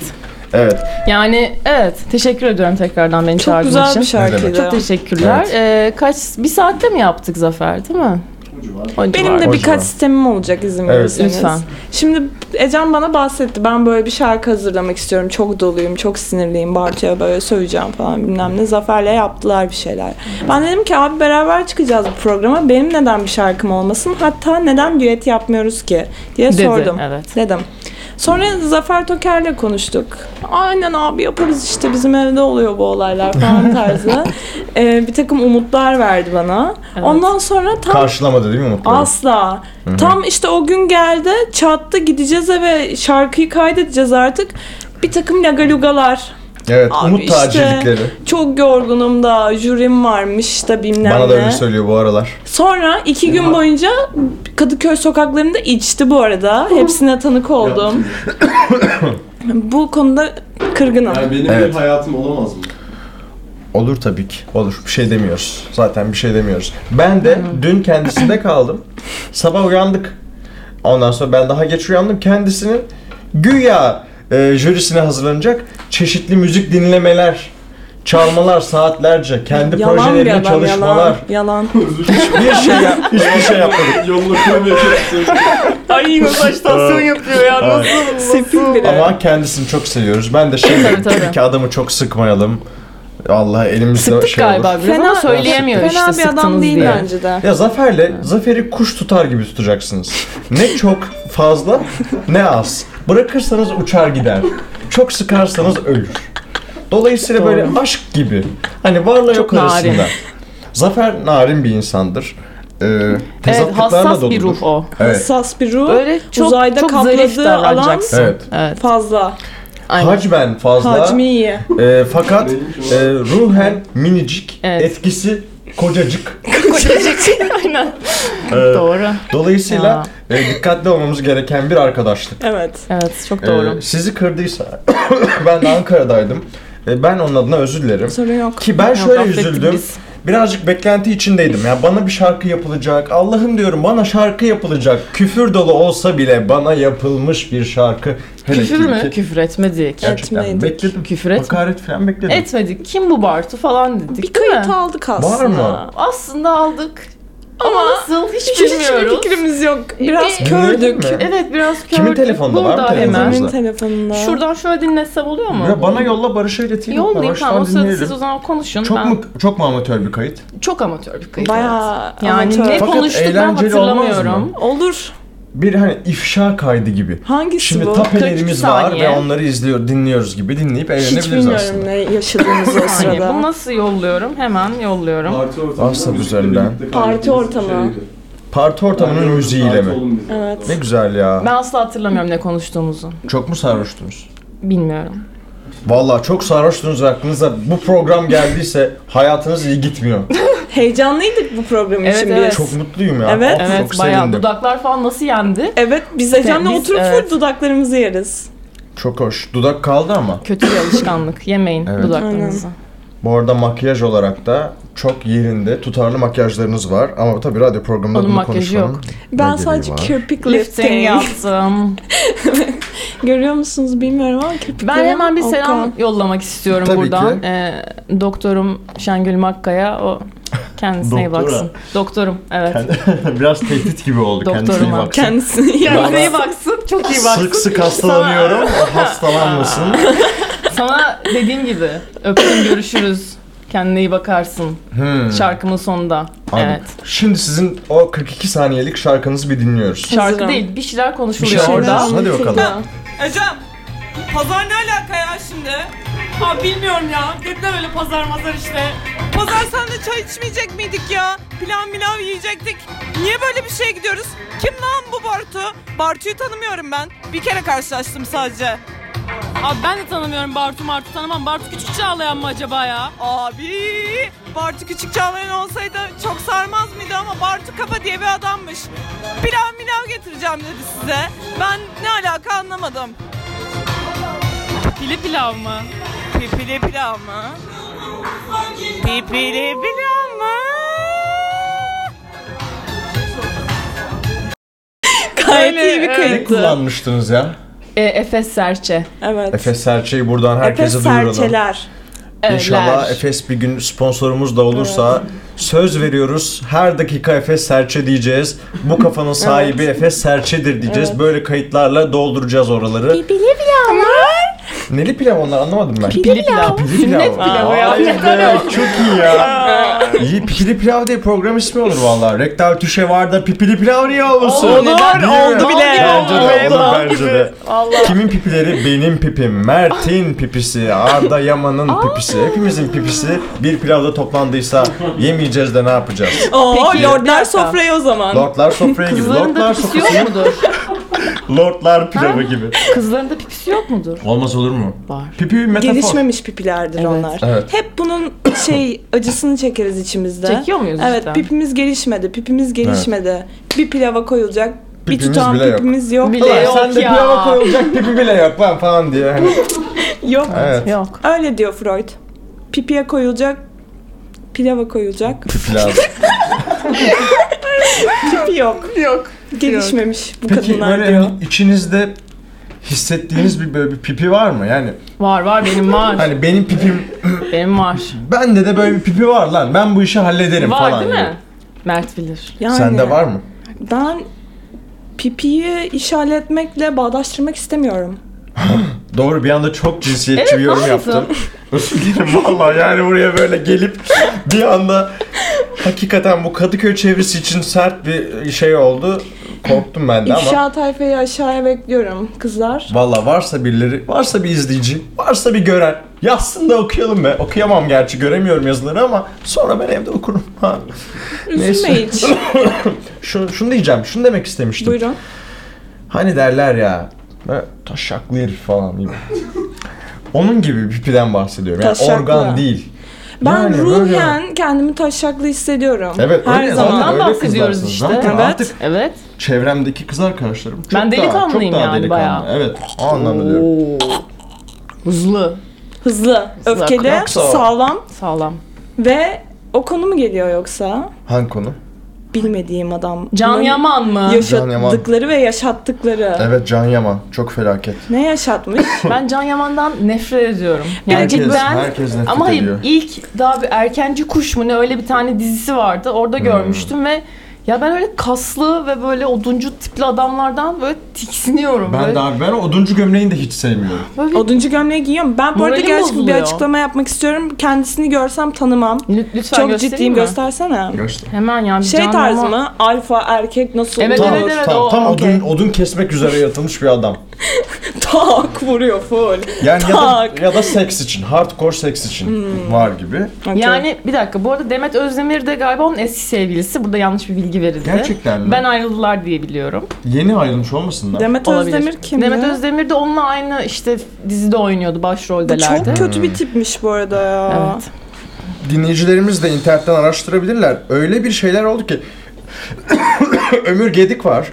Evet.
Yani evet teşekkür ediyorum tekrardan beni
Çok
çağırdığın için.
güzel
Ne
bir şarkıydı.
Çok teşekkürler. Ee, kaç bir saatte mi yaptık Zafer değil mi? O
Benim de
Hoş
birkaç
var.
sistemim olacak izin
Evet.
verirseniz.
Lütfen.
Şimdi Ecem bana bahsetti. Ben böyle bir şarkı hazırlamak istiyorum. Çok doluyum, çok sinirliyim. Bartu'ya böyle söyleyeceğim falan bilmem ne. Zafer'le yaptılar bir şeyler. Ben dedim ki abi beraber çıkacağız bu programa. Benim neden bir şarkım olmasın? Hatta neden düet yapmıyoruz ki? diye
Dedi,
sordum.
evet.
Dedim. Sonra Zafer Toker'le konuştuk. Aynen abi yaparız işte bizim evde oluyor bu olaylar falan tarzı. Ee, bir takım umutlar verdi bana. Ondan sonra tam
Karşılamadı değil mi Mutlu?
Asla. Tam işte o gün geldi, çattı, gideceğiz eve, şarkıyı kaydedeceğiz artık. Bir takım lagalugalar.
Evet.
Abi
Umut
işte-
tacirlikleri.
Çok yorgunum da, jürim varmış da bilmem
Bana da
ne.
öyle söylüyor bu aralar.
Sonra iki gün boyunca Kadıköy sokaklarında içti bu arada. Hepsine tanık oldum. bu konuda kırgınım.
Yani benim
Evet.
bir hayatım olamaz mı?
Olur tabii ki. Olur. Bir şey demiyoruz. Zaten bir şey demiyoruz. Ben de dün kendisinde kaldım. Sabah uyandık. Ondan sonra ben daha geç uyandım. Kendisinin güya e, jürisine hazırlanacak çeşitli müzik dinlemeler, çalmalar saatlerce, kendi
Yalan bir
projelerine
adam, yalan.
çalışmalar.
Yalan.
Hiçbir şey, yap- hiçbir şey yapmadık.
Yolunu kırmaya çalışıyorum.
Ay
Ee,
masajtasyon yapıyor ya nasıl?
Sefil biri.
Ama kendisini çok seviyoruz. Ben de şey
Tabii,
dedim
tabii.
tabii ki adamı çok sıkmayalım. Allah elimizde
Sıktık
şey olur.
galiba biraz ama söyleyemiyor
fena
işte
bir adam
sıktınız
değil
diye.
bence de.
Ya Zafer'le Zafer'i kuş tutar gibi tutacaksınız. Ne çok fazla ne az. Bırakırsanız uçar gider. Çok sıkarsanız ölür. Dolayısıyla böyle aşk gibi. Hani varla yok
narin.
arasında. Zafer narin bir insandır. Ee,
Evet
tezatlıklarla
hassas bir
doludur.
ruh o.
Evet.
Hassas bir ruh.
Böyle çok
Uzayda
çok zarif
kapladığı alan
davranacaksın.
Evet.
Evet.
fazla.
Aynen.
Hacmen fazla.
Hacmi iyi.
e, fakat e, ruhen minicik.
Evet.
Etkisi kocacık.
Aynen.
Ee,
Doğru.
dolayısıyla e, dikkatli olmamız gereken bir arkadaşlık.
Evet.
Evet çok
Ee,
doğru.
sizi kırdıysa ben de Ankara'daydım. Ee, ben onun adına özür dilerim.
Sorun yok.
Ki ben şöyle
affettik
üzüldüm.
biz.
Birazcık beklenti içindeydim. Ya bana bir şarkı yapılacak. Allah'ım diyorum bana şarkı yapılacak. Küfür dolu olsa bile bana yapılmış bir şarkı. Hele
Küfür
ki-
mü?
Ee, şey, ki-
Küfür etmedik.
Gerçekten
Etmedik.
bekledim.
Küfür etmedik.
Hakaret falan bekledim.
Etmedik. Kim bu Bartu falan dedik
Bir
değil mi?
kayıt aldık aslında.
mı?
Aslında aldık. Ama, nasıl hiç,
Hiç- Hiçbir
bilmiyoruz.
fikrimiz yok. Biraz
Bir-
kördük.
Dinledin mi?
Evet biraz kördük.
Kimin telefonda? Var mı
Burada
telefonda?
hemen.
Kimin
Aramızda.
telefonunda?
Şuradan şöyle dinletsem oluyor mu?
Ya bana yolla Barış'a ileteyim.
Yollayayım
Barış'tan
tamam o sırada
dinleyelim.
siz o zaman konuşun.
çok
ben
mu çok mu amatör bir kayıt?
çok amatör bir kayıt.
Bayağı
Yani
amatör.
ne
Fakat
konuştuk ben
eğlenceli olmaz mı?
hatırlamıyorum.
Olur.
Bir hani ifşa kaydı gibi.
Hangisi
Şimdi
bu?
tapelerimiz
42
var
saniye.
ve onları izliyor, dinliyoruz gibi dinleyip
Hiç
eğlenebiliriz
bilmiyorum
aslında.
ne yaşadığımız o
Hani
sırada.
bunu nasıl yolluyorum? Hemen yolluyorum.
Parti ortamı.
WhatsApp üzerinden.
Parti ortamı.
Parti ortamının müziğiyle mi?
Evet.
şey- Ne güzel ya.
Ben asla hatırlamıyorum ne konuştuğumuzu.
Çok mu sarhoştunuz?
Bilmiyorum.
Vallahi çok sarhoştunuz ve aklınıza bu program geldiyse hayatınız iyi gitmiyor.
Heyecanlıydık bu program
Evet,
için
evet.
biz.
Çok mutluyum ya.
Evet.
Of,
Evet
çok
bayağı
sevindim.
dudaklar falan nasıl yendi?
Evet biz Ecem'le
Biz-
oturup
evet.
full dudaklarımızı yeriz.
Çok hoş. Dudak kaldı ama.
Kötü bir alışkanlık. Yemeyin
Evet.
dudaklarınızı.
Bu arada makyaj olarak da çok yerinde tutarlı makyajlarınız var. Ama tabii radyo programında
Onun
bunu
makyajı
konuşmanın
Ben
ne
sadece
gereği var?
kirpik
Lifting
lifting
yaptım.
Görüyor musunuz bilmiyorum ama kirpiklerim
Ben hemen bir
ok
selam
ok.
yollamak istiyorum
Tabii
buradan.
ki.
Ee, doktorum Şengül Makka'ya o kendisine iyi
Doktora.
baksın. Doktorum evet.
Biraz tehdit gibi oldu kendisine iyi
Doktoruma.
bak.
Kendisini
Kendine iyi
yani.
baksın. Çok iyi baksın.
Sık sık hastalanıyorum. O hastalanmasın.
Sana dediğim gibi öptüm görüşürüz. Kendine iyi bakarsın.
Hmm.
Şarkımın sonunda.
Anladım.
Evet.
Şimdi sizin o 42 saniyelik şarkınızı bir dinliyoruz.
Şarkı
Hazırım.
değil bir şeyler
Bir
konuşuluyor
şeyler
orada.
olsun, Hadi bakalım.
Ecem pazar ne alaka ya şimdi?
Ha bilmiyorum ya. Dediler öyle pazar mazar işte. Pazar sen de çay içmeyecek miydik ya? Pilav milav yiyecektik. Niye böyle bir şeye gidiyoruz? Kim lan bu Bartu? Bartu'yu tanımıyorum ben. Bir kere karşılaştım sadece. Abi ben de tanımıyorum Bartu Martu tanımam. Bartu Küçük Çağlayan mı acaba ya? Abi Bartu Küçük Çağlayan olsaydı çok sarmaz mıydı ama Bartu Kapa diye bir adammış. Pilav milav getireceğim dedi size. Ben ne alaka anlamadım. Pili pilav mı? Pipili pilav mı? Pipili pilav mı?
Gayet iyi bir
Ne
kayıttı.
kullanmıştınız ya?
E, Efes Serçe.
Evet.
Efes Serçe'yi buradan herkese
Efes
duyuralım.
serçeler.
İnşallah
Evler.
Efes bir gün sponsorumuz da olursa söz veriyoruz. Her dakika Efes Serçe diyeceğiz. Bu kafanın sahibi Efes Serçe'dir diyeceğiz. Böyle kayıtlarla dolduracağız oraları.
Pipili pilavlar.
Neli pilav onlar anlamadım ben.
Pili pilav.
Pili
Sünnet
pilav.
pilavı ya.
Vay be, çok iyi ya. İyi pipili pilav diye program ismi olur vallahi. Rektal tüşe var da pipili pilav niye olmasın?
Olur,
Değil mi?
oldu bile.
Bence de,
Oldu,
olur
oldu.
bence de. Kimin pipileri? Benim pipim, Mert'in pipisi, Arda Yaman'ın pipisi, hepimizin pipisi bir pilavda toplandıysa yemeyeceğiz de ne yapacağız?
Oo,
Peki, bir
lordlar
dakika.
sofrayı o zaman.
Lordlar sofraya gibi,
Kızların da
lordlar
pipisi
sofrası,
yok mudur?
lordlar pilavı gibi.
Kızların da pipisi yok mudur?
Olmaz olur mu?
Var.
Pipi bir metafor.
Gelişmemiş pipilerdir
Evet.
onlar.
Evet.
Hep bunun şey acısını çekeriz içimizde.
Çekiyor muyuz
Evet
cidden?
pipimiz gelişmedi. Pipimiz gelişmedi. Bir pilava koyulacak.
Pipimiz
bir tutam
bile yok.
pipimiz yok.
Bile
Ulan
E, yok
sen de
ya.
pilava koyulacak pipi bile yok lan falan diye. Hani,
Yok.
evet.
Yok.
Öyle diyor Freud. Pipiye koyulacak pilava koyulacak.
Pipi lazım.
Pipi yok.
Yok.
Gelişmemiş bu
Peki
kadınlar
böyle
diyor.
hani içinizde hissettiğiniz bir böyle bir pipi var mı? Yani
Var var benim var.
hani benim pipim
benim var.
bende de böyle bir pipi var lan. Ben bu işi hallederim
Var
falan.
değil
gibi.
mi? Mert bilir.
Yani
Sende var mı?
Ben pipiyi işaretmekle bağdaştırmak istemiyorum.
Doğru bir anda çok cinsiyetçi
Evet,
bir yorum
haklısın.
yaptım. Özür dilerim valla yani buraya böyle gelip bir anda hakikaten bu Kadıköy çevresi için sert bir şey oldu. Korktum ben de ama.
İfşa tayfayı aşağıya bekliyorum kızlar.
Valla varsa birileri, varsa bir izleyici, varsa bir gören yazsın da okuyalım be. Okuyamam gerçi göremiyorum yazıları ama sonra ben evde okurum. Ha. Neyse.
Üzülme hiç.
Şunu, şunu diyeceğim, şunu demek istemiştim.
Buyurun.
Hani derler ya, böyle taşaklı herif falan gibi. Onun gibi pipiden bahsediyorum. Yani
Taşaklı.
organ değil.
Ben
Yani böyle-
ruhen kendimi taşaklı hissediyorum.
Evet,
Her
öyle.
zaman.
Ondan
öyle
bahsediyoruz
kızlarsınız.
işte.
Zaten
Evet.
artık
Evet.
çevremdeki kız arkadaşlarım çok
Ben
daha,
delikanlıyım
çok daha
yani
delikanlı.
bayağı.
Evet, o anlamda diyorum.
Oo. Hızlı.
Hızlı, öfkeli,
Yoksa-
sağlam
Sağlam.
ve o konu mu geliyor yoksa?
Hangi konu?
Bilmediğim adam.
Can
Bunun
Yaman mı?
Can Yaman.
Yaşattıkları ve yaşattıkları.
Evet, Can Yaman. Çok felaket.
Ne yaşatmış?
Ben Can Yaman'dan nefret ediyorum. Yani
Herkes,
cidden.
herkes nefret
Ama hayır
ediyor.
ilk daha bir erkenci kuş mu ne öyle bir tane dizisi vardı.
Hmm.
Orada görmüştüm ve ya ben öyle kaslı ve böyle oduncu tipli adamlardan böyle tiksiniyorum.
Ben
böyle,
de abi, ben o oduncu gömleğini de hiç sevmiyorum.
böyle bir-
Oduncu gömleği giyiyorum. Ben bu arada
Moralim
gerçekten bir
bozuluyor.
açıklama yapmak istiyorum. Kendisini görsem tanımam.
Lü- lütfen
Çok
göstereyim
ciddiyim
mi?
göstersene.
Gerçekten.
Hemen yani bir
Şey
Can
tarzı
Yaman-
mı? Alfa erkek nasıl
Evet,
olur?
Tam,
evet,
tam,
o,
tam
okey.
odun, odun kesmek üzere yatılmış bir adam.
Tak vuruyor full.
Yani ya da,
Tak.
ya da seks için, hardcore seks için
Hmm.
var gibi.
Okey.
Yani bir dakika bu arada Demet Özdemir de galiba onun eski sevgilisi. Burada yanlış bir bilgi verildi.
Gerçekten mi?
Ben ayrıldılar diye biliyorum.
Yeni ayrılmış olmasınlar.
Demet
Olabilir.
Özdemir kim?
Demet
ya?
Özdemir de onunla aynı işte dizide oynuyordu
Bu
başroldelerde.
çok kötü bir tipmiş bu arada ya.
Evet.
Dinleyicilerimiz de internetten araştırabilirler. Öyle bir şeyler oldu ki Ömür Gedik var.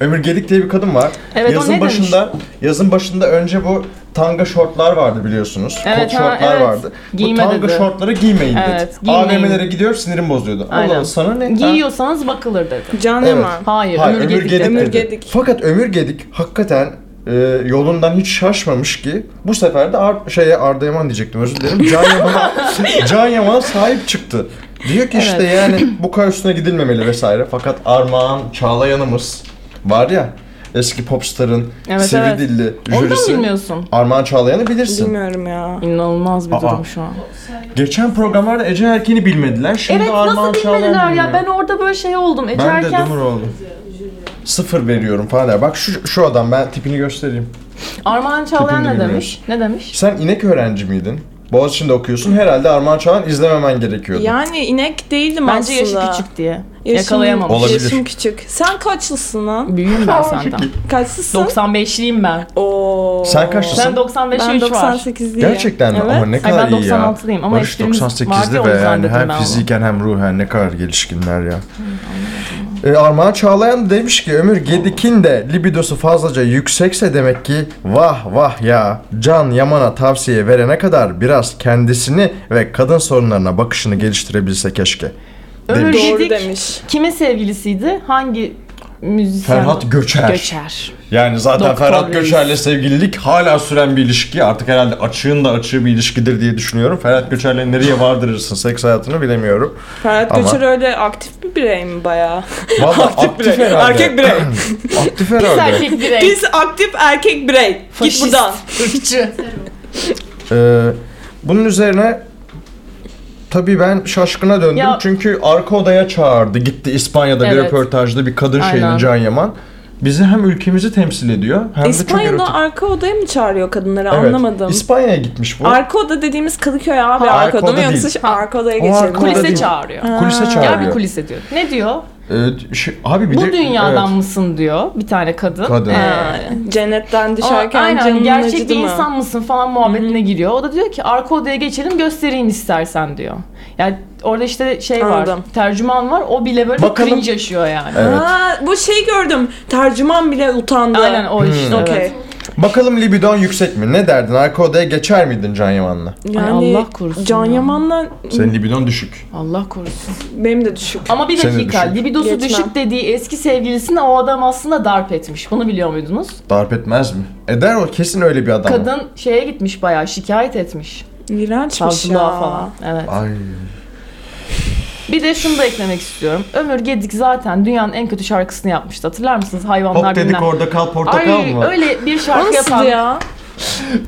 Ömür Gedik diye bir kadın var.
Evet, o
yazın
ne demiş?
başında yazın başında önce bu tanga şortlar vardı biliyorsunuz.
Evet,
Kot
ha,
şortlar
evet.
vardı.
Giyme
bu tanga
dedi.
şortları giymeyin dedi.
Evet, giymeyin.
AVM'lere gidiyor sinirim bozuyordu.
Aynen.
Allah sana ne? Ha?
Giyiyorsanız bakılır dedi.
Can
Evet.
Yaman.
Hayır,
Hayır,
ömür,
Ömür
Gedik
Gedik,
dedi.
Ömür
dedi.
Gedik.
Fakat Ömür Gedik hakikaten e, yolundan hiç şaşmamış ki bu sefer de Ar- şeye Arda Yaman diyecektim özür dilerim. Can Yaman'a, Can Yaman'a sahip çıktı. Diyor ki işte yani bu kadar üstüne gidilmemeli vesaire. Fakat Armağan Çağlayan'ımız var ya eski popstarın
Evet,
sivri
evet.
dilli
Onu da mı
jürisi.
bilmiyorsun?
Armağan Çağlayan'ı bilirsin.
Bilmiyorum ya.
İnanılmaz bir
Aa.
durum şu an.
Geçen programlarda Ece Erkin'i bilmediler. Şimdi
Evet
Armağan
nasıl
Çağlayan'ı
bilmediler ya?
bilmiyor.
Ben orada böyle şey oldum. Ece
Ben de
Erken,
dumur oldum. Sıfır veriyorum falan. der. Bak şu, şu adam ben tipini göstereyim.
Armağan Çağlayan
Tipini
ne
bilmiyorum.
demiş? Ne demiş?
Sen inek öğrenci miydin? Boğaziçi'nde okuyorsun. Herhalde Armağan Çağan izlememen gerekiyordu.
Yani inek değildim
Bence
aslında.
yaşı küçük diye.
Yaşım-
Yakalayamamış.
Olabilir.
Yaşım küçük. Sen kaçlısın lan?
Büyüğüm ben senden.
Kaçlısın?
95'liyim ben.
Oo.
Sen kaçlısın?
Sen 95'e
Ben
3 var.
98'liyim.
Gerçekten mi?
Evet.
Ama ne
Ay,
kadar
ben
iyi ya.
96'lıyım ama
Barış
esprimiz
98'li
vardı,
ve
o yüzden
yani
dedim
hem
ben onu.
fiziken hem ruhen ne kadar gelişkinler ya. E, Armağan Çağlayan da demiş ki Ömür Gedik'in de libidosu fazlaca yüksekse demek ki vah vah ya Can Yaman'a tavsiye verene kadar biraz kendisini ve kadın sorunlarına bakışını geliştirebilse keşke.
Ömür
Demiş.
Doğru
Gedik
demiş.
kimin sevgilisiydi? Hangi müzisyen?
Ferhat Göçer.
Göçer.
Yani zaten
Doktor
Ferhat
Reis.
Göçer'le sevgililik hala süren bir ilişki. Artık herhalde açığın da açığı bir ilişkidir diye düşünüyorum. Ferhat Göçer'le nereye vardırırsın seks hayatını bilemiyorum.
Ferhat
Ama-
Göçer öyle aktif bir birey mi bayağı?
Valla
Aktif
aktif
birey,
herhalde.
erkek birey.
aktif
Biz
herhalde.
erkek direkt.
Biz aktif erkek birey. Git
Faşist.
buradan.
ırkçı.
Ee, bunun üzerine tabii ben şaşkına döndüm.
Ya-
Çünkü arka odaya çağırdı. Gitti İspanya'da bir
Evet.
röportajda bir kadın
Aynen.
şeyini Can Yaman. Bizi hem ülkemizi temsil ediyor hem de çok
İspanya'da
erotik.
arka odaya mı çağırıyor kadınları
Evet.
anlamadım.
İspanya'ya gitmiş bu.
Arka oda dediğimiz Kadıköy abi
Ha,
arka oda
arka
mı
oda
yoksa
değil.
şu arka odaya
O
geçelim.
arka oda
Kulise
değil.
çağırıyor.
kulise
Gel bir
çağırıyor.
kulise diyor. Ne diyor?
Ee, şey- abi bir
Bu
de-
dünyadan
evet.
mısın diyor bir tane kadın. Ee,
Kadın.
Ha, Cennetten
Aa,
düşerken
aynen
canının
gerçek
acıdı
bir
mı?
insan mısın falan muhabbetine giriyor. O da diyor ki arka odaya geçelim göstereyim istersen diyor. Yani orada işte şey var,
Anladım.
tercüman var. O bile böyle
Bakalım.
cringe yaşıyor yani.
Evet.
Ha, bu şey gördüm. Tercüman bile utandı.
Aynen o
Hmm.
işte.
Okey.
Evet.
Bakalım libidon yüksek mi? Ne derdin? Arka odaya geçer miydin Can Yaman'la?
Yani
Ay, Allah korusun
Can
ya.
Yaman'la
Senin libidon düşük.
Allah korusun.
benim de düşük.
Ama bir
Seni
dakika,
düşün.
libidosu
Geçmem.
düşük dediği eski sevgilisini o adam aslında darp etmiş. Bunu biliyor muydunuz?
Darp etmez mi? Eder o kesin öyle bir adam.
Kadın şeye gitmiş bayağı şikayet etmiş.
İğrençmiş ya.
Savcılığa falan. Evet.
Ay.
Bir de şunu da eklemek istiyorum. Ömür Gedik zaten dünyanın en kötü şarkısını yapmıştı. Hatırlar mısınız? Hayvanlar
Hop dedik
bilmem.
orada kal portakal
Ay
mı?
öyle bir
O
şarkı
nasıl
yapan
ya?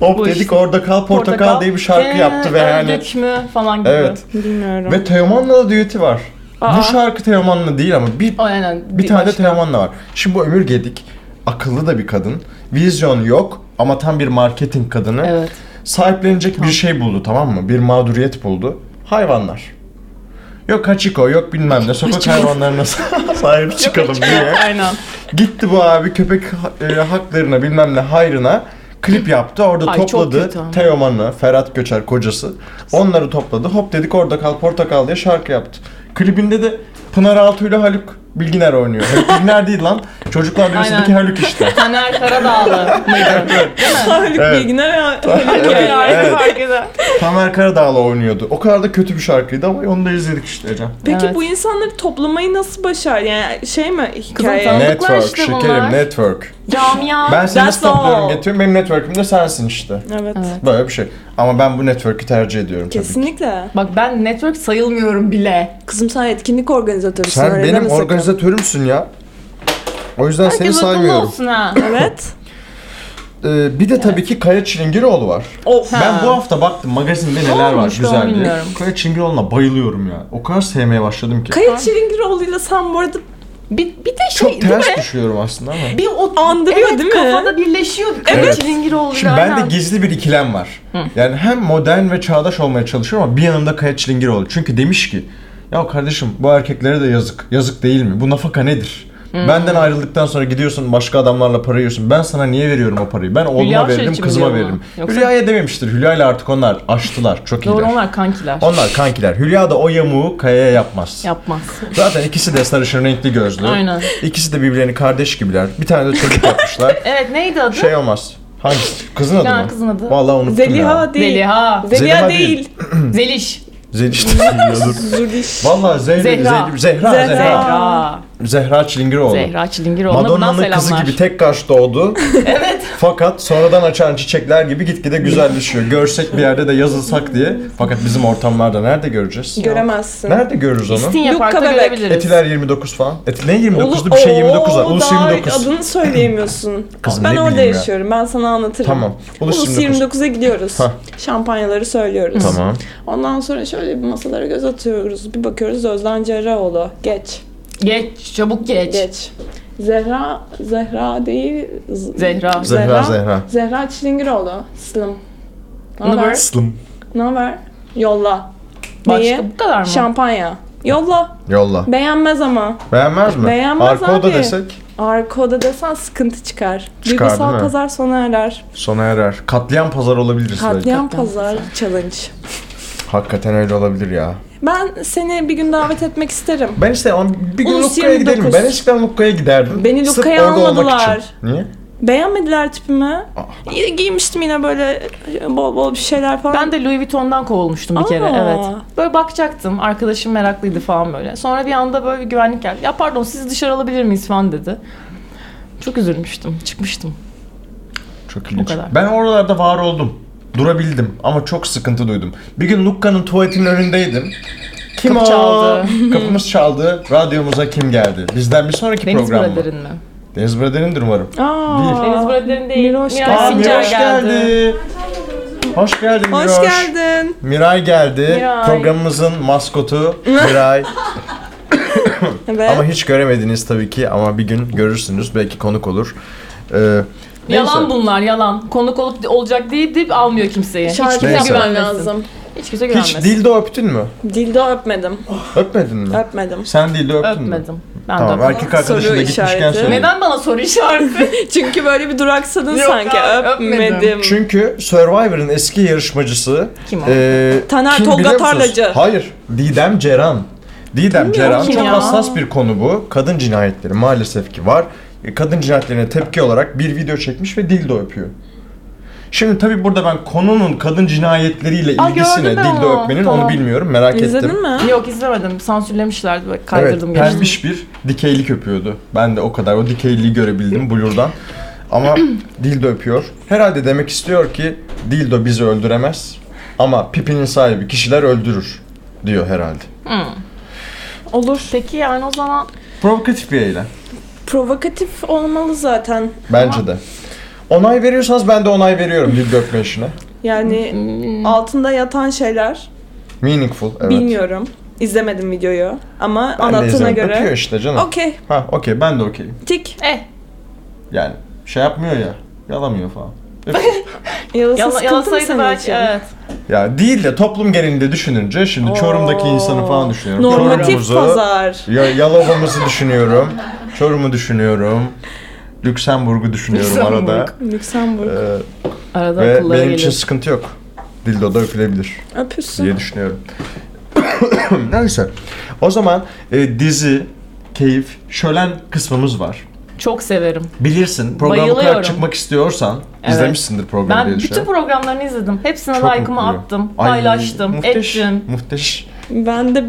Hop
Bu
dedik
işte.
orada kal portakal, diye bir şarkı
Ee,
yaptı ve yani.
öldük mü falan gibi.
Evet.
Bilmiyorum.
Ve Teoman'la da düeti var.
Aa.
Bu şarkı Teoman'la değil ama bir
Aynen.
bir tane de
başka.
Teoman'la var. Şimdi bu Ömür Gedik akıllı da bir kadın. Vizyon yok ama tam bir marketing kadını.
Evet.
Sahiplenecek bir şey buldu tamam mı? Bir mağduriyet buldu. Hayvanlar. Yok kaçiko, yok bilmem ne. Sokak hayvanlarına sahip çıkalım diye.
Aynen.
Gitti bu abi köpek ha- e, haklarına bilmem ne hayrına klip yaptı. Orada
Ay, çok
topladı
kötü ama.
Teoman'ı, Ferhat Göçer kocası. Onları topladı. Hop dedik orada kal portakal diye şarkı yaptı. Klibinde de Pınar Altuğ ile Haluk Bilginer oynuyor. Haluk Bilginer değil lan. Çocuklar Düğüsü'ndeki
Aynen.
Haluk işte.
Taner Karadağlı mıydı?
Haluk
Evet.
Bilginer
Evet, evet.
fark eder.
Tamer Karadağlı oynuyordu. O kadar da kötü bir şarkıydı ama onu da izledik işte Ecem.
Peki
Evet.
bu insanları toplamayı nasıl başar? Yani şey mi hikaye?
tanı- Tanıdıklar
Network
işte bunlar.
şekerim network.
Camia.
Ben seni
That's
nasıl topluyorum
all.
getiriyorum benim network'üm de sensin işte.
Evet.
Böyle bir şey. Ama ben bu network'ü tercih ediyorum tabii ki.
Kesinlikle.
Bak ben network sayılmıyorum bile.
Kızım sen etkinlik organizatörüsün.
Sen
öyle
benim
deme sakın.
organizatörümsün ya. O yüzden seni
Herkes akıllı
saymıyorum.
olsun ha.
Evet.
Ee, bir de tabii ki Kaya Çilingiroğlu var.
Of.
Ben bu hafta baktım magazinde neler var
olmuş ben
güzel diye.
bilmiyorum.
Kaya Çilingiroğlu'na bayılıyorum ya. O kadar sevmeye başladım ki.
Kayıt Çilingiroğlu'yla sen bu arada
Bir, bir de şey
Çok
değil mi?
ters düşüyorum aslında ama.
Bir o
Andırıyor
evet,
değil mi?
Kafada birleşiyor.
Evet.
Çilingiroğlu
Şimdi bende gizli bir ikilem var. Yani hem modern ve çağdaş olmaya çalışıyorum ama bir yanımda Kaya Çilingiroğlu. Çünkü demiş ki ya kardeşim bu erkeklere de yazık. Yazık değil mi? Bu nafaka nedir? Benden ayrıldıktan sonra gidiyorsun başka adamlarla para yiyorsun. Ben sana niye veriyorum o parayı? Ben oğluma
Hülya Avşar
veririm,
için mi
kızıma
diyor bunu?
veririm.
Yoksa-
Hülya'ya dememiştir. Hülya'yla artık onlar aştılar. Çok iyiler.
Doğru onlar kankiler.
Onlar kankiler. Hülya da o yamuğu Kaya'ya yapmaz.
Yapmaz.
Zaten ikisi de sarışın renkli gözlü.
Aynen.
İkisi de birbirlerini kardeş gibiler. Bir tane de çocuk yapmışlar.
Evet neydi adı?
Şey olmaz. Hangisi? Kızın adı
Ya,
mı?
kızın adı.
Vallahi unuttum ya.
Zeliha değil.
Zeliha.
Zeliha
Zeliha
değil.
Zeliş.
Zeliş de yiyordur.
Zürdiş.
Vallahi Zehra.
Zehra.
Zehra. Zehra.
Zehra.
Zehra.
Zehra.
Zehra Çilingiroğlu.
Zehra Çilingiroğlu'na buradan
Madonna'nın
selamlar.
kızı gibi tek kaş doğdu. evet. Fakat sonradan açan çiçekler gibi gitgide güzelleşiyor. Görsek bir yerde de yazılsak diye. Fakat bizim ortamlarda nerede göreceğiz?
Göremezsin.
Nerede görürüz onu?
İstinye
Luka
Park'ta
bebek.
görebiliriz.
Etiler 29 falan. Et, ne
Ulu-
29'du bir şey 29 var.
Oo,
Ulus
daha
29.
Adını söyleyemiyorsun.
Kızım,
ben
ne
orada
bileyim ya.
yaşıyorum. Ben sana anlatırım.
Tamam. Ulus
Ulus
29.
29'a gidiyoruz.
Hah.
Şampanyaları söylüyoruz.
Tamam.
Ondan sonra şöyle bir masalara göz atıyoruz. Bir bakıyoruz Özden Cerrahoğlu. Geç.
Geç, çabuk geç.
Geç. Zehra, Zehra değil. Z-
Zehra.
Zehra, Zehra.
Zehra Çilingiroğlu. Slim.
Bunu
Naber?
böyle-
Slım.
Ne haber? Yolla.
Başka
Neyi?
bu kadar mı?
Şampanya. Yolla.
Yolla.
Beğenmez ama.
Beğenmez mi?
Beğenmez
Arka oda
abi.
desek
Arka oda desen sıkıntı çıkar.
Çıkar, değil
Duygusal
mi?
pazar sona erer.
sona erer. Katliam pazar olabiliriz belki.
Katliam pazar challenge.
Hakikaten öyle olabilir ya.
Ben seni bir gün davet etmek isterim.
Ben işte ama bir gün
Ulus
Lukka'ya gidelim.
29.
Ben eskiden Lukka'ya giderdim.
Beni
Sırf
Lukka'ya
orada olmak
almadılar.
için. Niye?
Beğenmediler tipimi.
Ah.
Gi- Giymiştim yine böyle bol bol bir şeyler falan.
Ben de Louis Vuitton'dan kovulmuştum bir kere
Aa.
evet. Böyle bakacaktım arkadaşım meraklıydı falan böyle. Sonra bir anda böyle bir güvenlik geldi. Ya pardon sizi dışarı alabilir miyiz falan dedi. Çok üzülmüştüm. Çıkmıştım.
Çok ilginç.
O kadar.
Ben oralarda var oldum. Durabildim ama çok sıkıntı duydum. Bir gün Lukka'nın tuvaletinin önündeydim. Kim
Kapı
o?
çaldı.
Kapımız çaldı. Radyomuza kim geldi? Bizden bir sonraki
Deniz
program mı?
Brader'in mi?
Deniz Brader'indir umarım.
Aa,
Deniz Brader'in değil.
Miroş
Miray
geldi.
Aa,
Sincar
Miraç geldi. Hoş geldin Miroş.
Hoş geldin.
Miray geldi.
Miray.
Programımızın maskotu Miray.
Evet.
ama hiç göremediniz tabii ki ama bir gün görürsünüz. Belki konuk olur. Ee, neyse.
Yalan bunlar yalan. Konuk olup olacak deyip deyip almıyor kimseyi.
Şarkı
Hiç kimse
Neyse.
yapmam
güvenmesin.
lazım.
Hiç kimse
Hiç
güvenmesin.
dildo öptün mü?
Dilde öpmedim.
Öpmedin mi?
Öpmedim.
Sen dildo öptün mü?
Öpmedim. Ben de
Tamam
öpmedim.
erkek arkadaşına
Soru
gitmişken
işareti.
söyle.
Neden bana soru işareti?
Çünkü böyle bir duraksadın
Yok
sanki.
abi, öpmedim.
öpmedim.
Çünkü Survivor'ın eski yarışmacısı
Kim o?
eee,
Taner
kim
Tolga
biliyor musunuz?
Tarlacı.
Hayır. Didem Ceren. Didem Ceren
kim
çok
ya?
hassas bir konu bu. Kadın cinayetleri maalesef ki var. E, Kadın cinayetlerine tepki olarak bir video çekmiş ve dildo öpüyor. Şimdi tabii burada ben konunun kadın cinayetleriyle
Aa,
ilgisi ne,
gördüm ben
dildo
onu.
öpmenin
Tamam.
onu bilmiyorum merak ettim.
İzledin mi?
Yok izlemedim. Sansürlemişlerdi. Böyle
Evet,
Kaydırdım geçtim.
pembiş bir dikeylik öpüyordu. Ben de o kadar o dikeyliği görebildim blur'dan. Ama dildo öpüyor. Herhalde demek istiyor ki dildo bizi öldüremez ama pipinin sahibi kişiler öldürür diyor herhalde. şey-
Olur. Peki yani o zaman
Provokatif bir eylem
Provokatif olmalı zaten.
bence de. Onay veriyorsanız ben de onay veriyorum dildo öpme işine.
Yani
Hmm.
altında yatan şeyler
Meaningful evet.
bilmiyorum. İzlemedim videoyu ama
Ben de
anlattığına
izlemedim. Öpüyor
göre.
işte canım.
Okey.
Ha okey ben de okeyim.
Tik.
eh
Yani şey yapmıyor ya. Yalamıyor falan.
Yalasa
yala,
sıkıntı mı
yalasaydı
senin
belki
için?
evet.
Ya değil de toplum genelinde düşününce şimdi Çorum'daki insanı falan düşünüyorum.
Normatif
Çorum'umuzu-
pazar.
Ya Yalova'mızı düşünüyorum. Çorum'u düşünüyorum. Lüksemburg'u düşünüyorum
Lüksemburg.
arada.
Lüksemburg.
Ee,
Arada
ve
akıllara
benim
gelir.
için sıkıntı yok. Dildo da öpülebilir
Öpürsün.
diye düşünüyorum. Neyse. O zaman e, dizi, keyif, şölen kısmımız var.
Çok severim.
Bilirsin programı kadar
Bayılıyorum.
çıkmak istiyorsan
Evet.
izlemişsindir programı
Ben
diye
bütün
düşünüyorum.
programlarını izledim. Hepsine
Çok
like'ımı
mutluyum.
attım,
Ay,
paylaştım,
muhteş,
ettim.
Muhteş.
Ben de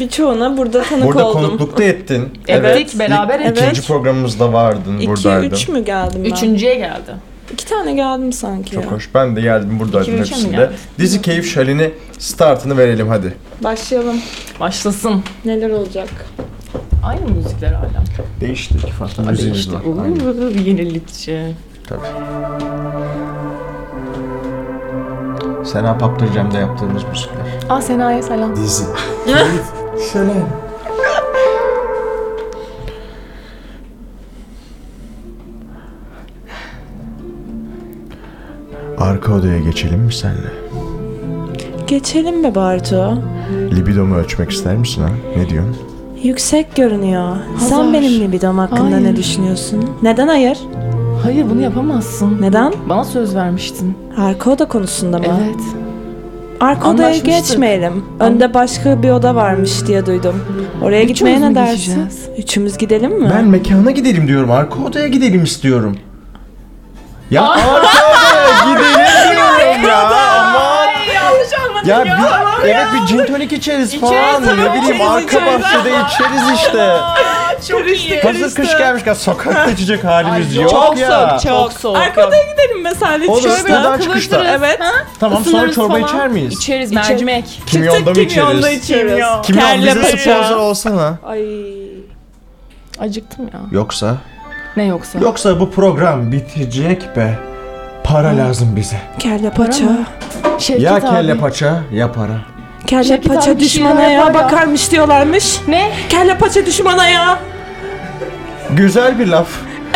birçoğuna burada tanık
Burada
oldum.
konuklukta ettin.
Evet, beraber
İkinci
evet.
programımızda vardın, buradaydın.
2-3 mü geldim ben?
Üçüncüye geldi.
İki tane geldim sanki
Çok
ya.
hoş. Ben de geldim buradaydım
İki ülke mi
hepsinde.
geldi?
Dizi Keyif Şöleni startını verelim hadi.
Başlayalım.
Başlasın.
Neler olacak?
Aynı müzikler hala.
Değişti iki farklı
Hadi
müziğimiz
işte.
var.
Uuu,
Aynen,
Yenilikçi.
tabii. Sena Paptırcam'da yaptığımız müzikler.
Aa Sena'ya selam.
Dizi. Keyif, Şölen.
Arka odaya geçelim mi senle?
Geçelim mi Bartu?
Libidomu ölçmek ister misin ha? Ne diyorsun?
Yüksek görünüyor. Sen benim libidom hakkında
Hayır.
ne düşünüyorsun? Neden hayır?
Hayır bunu yapamazsın.
Neden?
Bana söz vermiştin.
Arka oda konusunda mı?
Evet.
Arka odaya
Anlaşmıştık.
geçmeyelim. Önde başka bir oda varmış diye duydum. Oraya gitmeye
mü
ne dersin?
gideceğiz?
Üçümüz gidelim mi?
Ben mekana gidelim diyorum. Arka odaya gidelim istiyorum. Ya arka odaya gidelim diyorum ya. Aman.
Yanlış anladım
Ya, bir, evet bir gin tonic içeriz falan.
tabii,
ne bileyim
içeriz,
arka
içeriz.
bahçede içeriz işte.
Çok iyi.
Hazır kış gelmişken sokakta içecek halimiz yok ya.
Çok soğuk.
Arka odaya gidelim mesela.
Olur
Şöyle bir-
ısıtıdan çıkışta.
Evet.
Tamam sonra
Isınırız
çorba
falan.
içer miyiz?
İçeriz mercimek.
Kimyonda mı
Kimyonda
içeriz?
içeriz.
Kimyon
Kelle
bize
paça.
sponsor olsana.
Ay.
Acıktım ya.
Yoksa?
Ne yoksa?
Yoksa bu program bitecek be. Para lazım bize.
Kelle paça.
Şevket
Ya
abi.
kelle paça ya para.
Kelle
Şevket abi
paça
bir
düşmana
şeyler
ya
yapar ya.
bakarmış diyorlarmış.
Ne?
Kelle paça düşmana ya.
Güzel bir laf.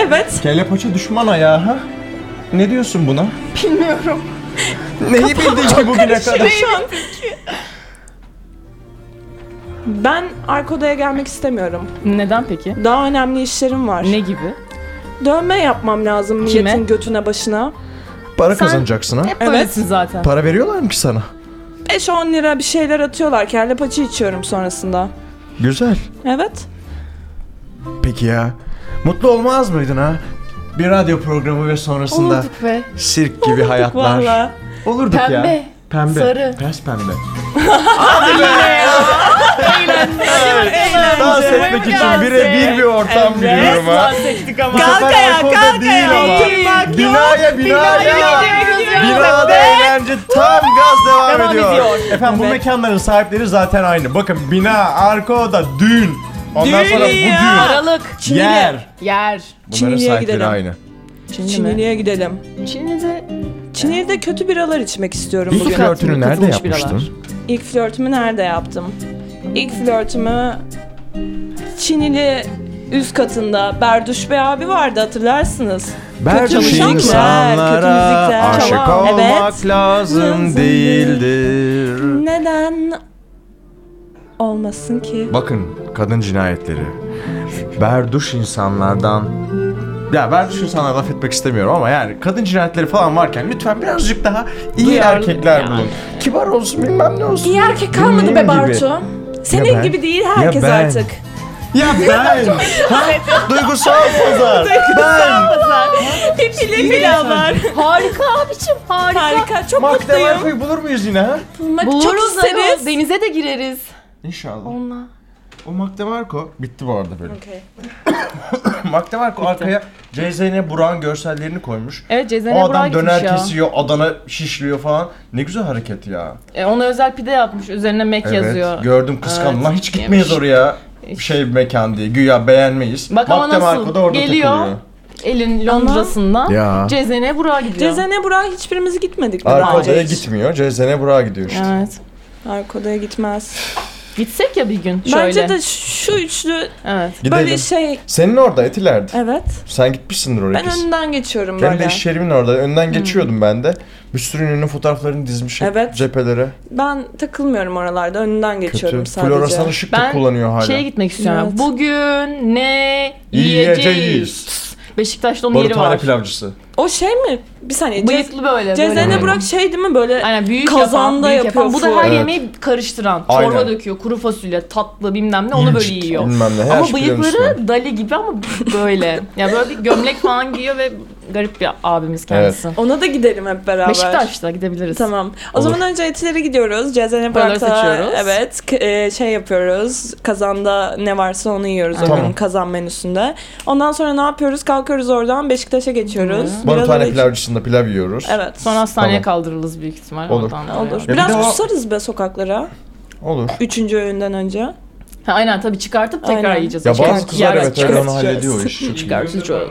Evet.
Kelle paça düşman ayağı ha? Ne diyorsun buna?
Bilmiyorum.
Neyi bildin ki bugüne kadar?
Ben arka odaya gelmek istemiyorum.
Neden peki?
Daha önemli işlerim var.
Ne gibi?
Dövme yapmam lazım
Kime?
milletin götüne başına.
Para
Sen-
kazanacaksın ha.
Hep
Evet.
böylesin zaten.
Para veriyorlar mı ki sana?
5-10 lira bir şeyler atıyorlar. Kelle paça içiyorum sonrasında.
Güzel.
Evet.
Peki ya. Mutlu olmaz mıydın ha? Bir radyo programı ve sonrasında
Olurduk be.
sirk gibi hayatlar.
Valla.
Olurduk ya.
Pembe,
Pembe.
sarı.
Pes pembe. Hadi be. Dans etmek için birebir bir ortam biliyorum ha. Bu sefer alkolde değil ama. Binaya binaya. Binada eğlence tam gaz devam,
Devam
ediyor.
ediyor.
Efendim bu mekanların sahipleri zaten aynı. Bakın bina, arka oda, düğün. Ondan sonra bu düğün.
Aralık.
Yer.
Yer.
Bunların
Çinli'ye
sahipleri
gidelim.
aynı.
Çinli'ye gidelim.
Çinli'de
Çinli'de kötü biralar içmek istiyorum
İlk
bugün.
flörtünü nerede
katılmış biralar.
yapmıştın?
İlk flörtümü nerede yaptım? İlk flörtümü Çinili üst katında Berduş Bey abi vardı hatırlarsınız.
Berçin
müzikler, kötü
insanlara
müzikler.
aşık
Tamam,
olmak
evet.
lazım
Lazım
değildir.
Neden olmasın ki?
Bakın kadın cinayetleri. Berduş insanlardan ya berduş insanlara laf etmek istemiyorum ama yani kadın cinayetleri falan varken lütfen birazcık daha iyi
Duyarlı
erkekler
yani.
bulun. Kibar olsun bilmem ne olsun.
İyi erkek kalmadı
Benim
be
gibi.
Bartu. Senin
ben-
gibi değil herkes
ben.
artık.
Ya ben! Ha? Duygusal pazar! ben!
Pipili pilavlar.
Harika abicim harika.
Harika çok
Magda
mutluyum.
Marco'yu bulur muyuz yine ha?
Bulmak çok
Buluruz
isteriz.
onu. Denize de gireriz.
İnşallah. O Magda Marco bitti bu arada böyle.
Okey.
Magda Marco arkaya CZN Burak'ın görsellerini koymuş.
Evet Cezene
o
Burak'a
adam döner
gitmiş ya.
kesiyor, Adana şişliyor falan. Ne güzel hareket ya.
E, ona özel pide yapmış. Üzerine Mac yazıyor.
Gördüm kıskandım.
Evet,
Lan hiç gitmeyiz
yemiş.
oraya. Şey bir mekan diye. Güya beğenmeyiz.
Bak ama
Magda
nasıl
Marco da orada
geliyor.
takılıyor.
Elin Londra'sından
Ya.
Cezene Burak'a gidiyor.
Cezene Burak'a hiçbirimiz gitmedik mi
Arka
daha
odaya
önce hiç?
gitmiyor. Cezene Burak'a gidiyor işte.
Evet.
Arka odaya gitmez.
Gitsek ya bir gün şöyle.
Bence de şu üçlü
Evet.
Gidelim.
böyle şey
Senin orada Etiler'de.
evet.
Sen gitmişsindir oraya
Ben
kesin.
önden geçiyorum
Ben de şey-
böyle.
iş yerimin orada.
Hmm.
Önden geçiyordum ben de. Bir sürü ünlü fotoğraflarını dizmişim
Evet.
cephelere.
Ben takılmıyorum oralarda. Önünden geçiyorum
Kötü.
sadece.
Floresan ışık da
Ben
kullanıyor hala.
Şeye gitmek istiyorum.
Evet.
Bugün ne
Yiyeceğiz.
yiyeceğiz? Beşiktaş'ta onun yeri
Barutane
var.
pilavcısı.
O şey mi? Bir saniye. Cez-
Bıyıklı böyle. böyle.
Cezene Burak şey değil mi böyle?
Aynen büyük
Kazanda
yapan, büyük yapan.
yapıyor
Bu da her
full.
yemeği karıştıran.
Aynen.
Çorba döküyor, kuru fasulye, tatlı bilmem ne onu böyle
İncik,
yiyor.
Bilmem ne. Her
Ama
şey biliyorum ismini.
bıyıkları Dali gibi ama böyle. Ya böyle bir gömlek falan giyiyor ve garip bir abimiz kendisi.
Ona da gidelim hep beraber.
Beşiktaş'ta gidebiliriz.
Tamam. O zaman önce etilere gidiyoruz. Cezene
Buraları
Burak'ta
seçiyoruz.
evet k- e, şey yapıyoruz. Kazanda ne varsa onu yiyoruz o
Tamam.
gün kazan menüsünde. Ondan sonra ne yapıyoruz? Kalkıyoruz oradan Beşiktaş'a geçiyoruz. Biraz
Barutane
orada-
pilavcısında pilav yiyoruz.
Evet.
Sonra
Tamam.
hastaneye kaldırırız büyük ihtimal.
Olur.
Oradan da
Olur.
yani.
bir
Biraz
de o-
susarız be sokaklara.
Olur.
Üçüncü öğünden önce.
Ha, aynen tabii çıkartıp tekrar
Aynen.
yiyeceğiz.
Ya bazı
Çıkart-
kızlar
yer-
evet öyle
çıkart-
onu hallediyor o işi.
Çıkartıp çıkart-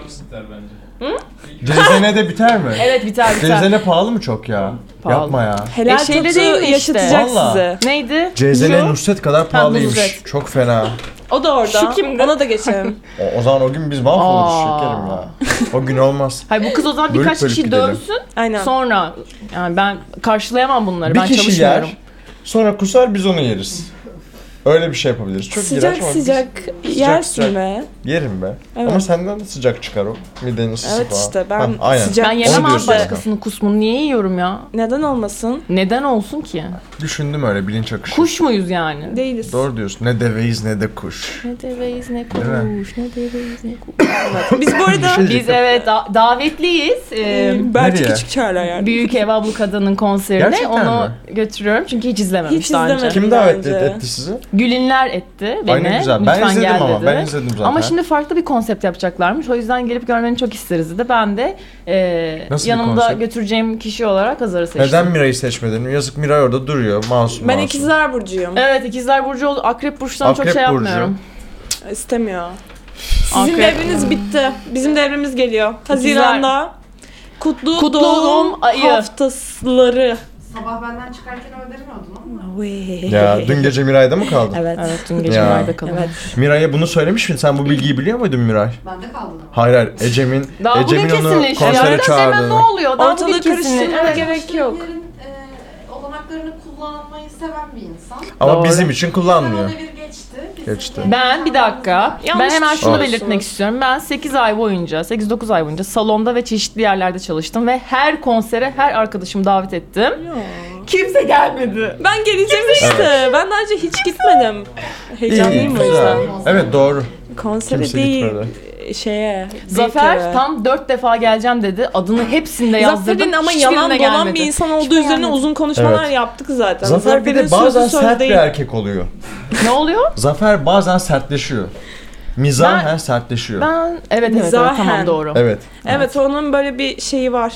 Cezene de biter mi?
Evet biter biter.
Cezene pahalı mı çok ya?
Pahalı.
Yapma ya.
Helal
E, şeyde
tatı
değil mi işte?
yaşatacak
Valla.
size.
Neydi?
Cezene
Şu-
Nusret kadar pahalıymış.
Nusret.
Çok fena.
O da orada.
Şu kimdi?
Ona da geçelim.
O, o zaman o gün biz mahvoluruz
Aa.
şekerim ya. O gün olmaz.
Hayır bu kız o zaman
Bölük
birkaç
bölük
kişi
gidelim.
dövsün.
Aynen.
Sonra yani ben karşılayamam bunları.
Bir
ben
kişi
çalışmıyorum.
yer, sonra kusar biz onu yeriz. Öyle bir şey yapabiliriz. Çok
sıcak
iğrenç ama biz-
sıcak yersin
sıcak.
be.
Yerim be.
Evet.
Ama senden de sıcak çıkar o. Midenin ısısı
Evet
falan.
işte ben
Hah, aynen.
sıcak-
Ben yemem
Onu
abi
diyorsun
başkasının kusmunu. Niye yiyorum ya?
Neden olmasın?
Neden olsun ki?
Düşündüm öyle bilinç akışı.
Kuş muyuz yani?
Değiliz.
Doğru diyorsun. Ne deveyiz ne de kuş.
Ne deveyiz ne
Değil mi?
kuş, ne deveyiz ne kuş.
Biz bu arada
şey
Biz evet da- davetliyiz. Ee,
belki
Nereye?
küçük çağlar yani.
Büyük Ev Ablu Kadın'ın konserine.
Gerçekten
Onu
mi?
götürüyorum çünkü hiç izlememiş
Hiç
daha önce.
izlemedim.
Kim
Bence.
davet etti, etti sizi?
Gülinler etti beni.
Ay ne güzel. Ben
Lütfen
izledim
gel
ama.
dedi.
Ben izledim zaten.
Ama şimdi farklı bir konsept yapacaklarmış. O yüzden gelip görmeni çok isteriz dedi. Ben de e,
Nasıl bir
yanımda
konsept?
götüreceğim kişi olarak Hazar'ı seçtim.
Neden Mira'yı seçmedin? Yazık Miray orada duruyor. Masum
Ben
masum.
ikizler burcuyum.
Evet ikizler Burcu oldu. Akrep Burcu'dan çok
Akrep
şey
Burcu.
yapmıyorum.
İstemiyor.
Akrep.
Sizin devriniz bitti. Bizim devrimiz geliyor. Haziranda. Kutlu,
Kutlu
doğum
doğum ayı.
haftaları
Sabah benden çıkarken ödemiyordun ama.
Ya dün gece Miray'da mı kaldın?
Evet.
Evet dün gece
Ya.
nerede kalın.
Evet.
Miray'a bunu söylemiş miydin? Sen bu bilgiyi biliyor muydun Miray?
Bende kaldın ama.
Hayır hayır. Ecem'in,
Daha
Ecem'in
bugün
onu
kesinleşti.
konsere
Yarın hemen
çağırdığını.
ne oluyor? Daha bugün
Ortalığı
kesinleşti.
karıştırmaya
Evet.
gerek yok.
Müşterilerin, e, olanaklarını kullanmayı seven bir insan.
Ama
Doğru.
bizim için kullanmıyor.
O devir geçti. Bizim
Geçti.
devir-
Ben bir dakika.
Yanlış
ben hemen şunu
düşünüyorsunuz.
belirtmek istiyorum. Ben 8 ay boyunca, 8-9 ay boyunca salonda ve çeşitli yerlerde çalıştım ve her konsere her arkadaşımı davet ettim. Kimse gelmedi.
Ben geleceğim işte. Ben daha önce hiç gitmedim.
İyi,
Heyecanlıyım o
güzel.
yüzden.
Evet doğru.
Konsere
Kimse
değil, şeye.
Zafer
Date.
tam 4 defa geleceğim dedi. Adını hepsinde yazdırdım.
Zafer'in ama
Hiçbirine
yalan dolan
gelmedi.
bir insan olduğu
Hiçbirine
üzerine
gelmedi.
uzun konuşmalar
Evet.
yaptık zaten.
Zafer bir de
Zafer'in
bazen
sözü söz
sert bir
değil.
erkek oluyor.
Ne oluyor?
Zafer bazen sertleşiyor. Mizahen sertleşiyor.
Ben evet evet, evet
Zahen.
tamam doğru.
Evet.
Evet onun böyle bir şeyi var.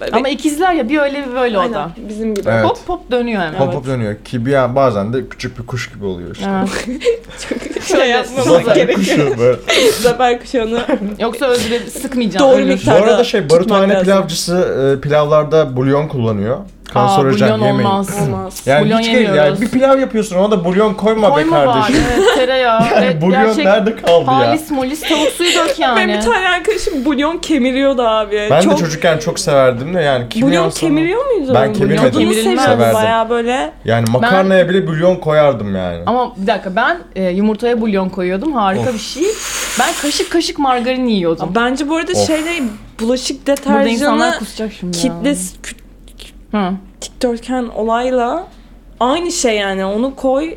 Böyle
Ama ikizler ya bir öyle bir böyle o da.
Aynen, bizim gibi.
Evet.
Hop hop dönüyor hemen.
Hop hop dönüyor. Ki bir an bazen de küçük bir kuş gibi oluyor işte.
Evet.
Şey yapmamız
Zafer
gerekiyor.
kuşu böyle.
Zafer kuşağını
Yoksa özür sıkmayacağım.
Doğru
ölür.
miktar.
Bu arada
Tabii,
şey
tutmak
baruthane
lazım.
pilavcısı e, pilavlarda bulyon kullanıyor. Kanserojen
bulyon
yemeyin.
olmaz.
olmaz.
Yani
Bulyon
hiç değil, yani
yemiyoruz.
bir pilav yapıyorsun ona da bulyon koyma, be
Koyma bari.
kardeşim.
Evet, tereyağı. Evet,
bulyon
gerçek
nerede kaldı ya?
Halis molis tavuk suyu dök
Benim
yani.
bir tane arkadaşım bulyon kemiriyordu abi.
Ben
çok,
de çocukken çok severdim de yani kimyon
Bulyon
sana-
kemiriyor muydu?
Ben kemirmedim.
Tadını
Kemirilmez.
seviyordu
Severdim.
bayağı böyle.
Yani makarnaya bile bulyon koyardım yani.
Ama bir dakika ben e, yumurtaya bulyon koyuyordum. Harika bir şey. Ben kaşık kaşık margarin yiyordum.
Bence bu arada
Of.
şeyle bulaşık
Burada insanlar
deterjanı
kusacak şimdi
kitle
ya. Hı.
dikdörtgen olayla aynı şey yani onu koy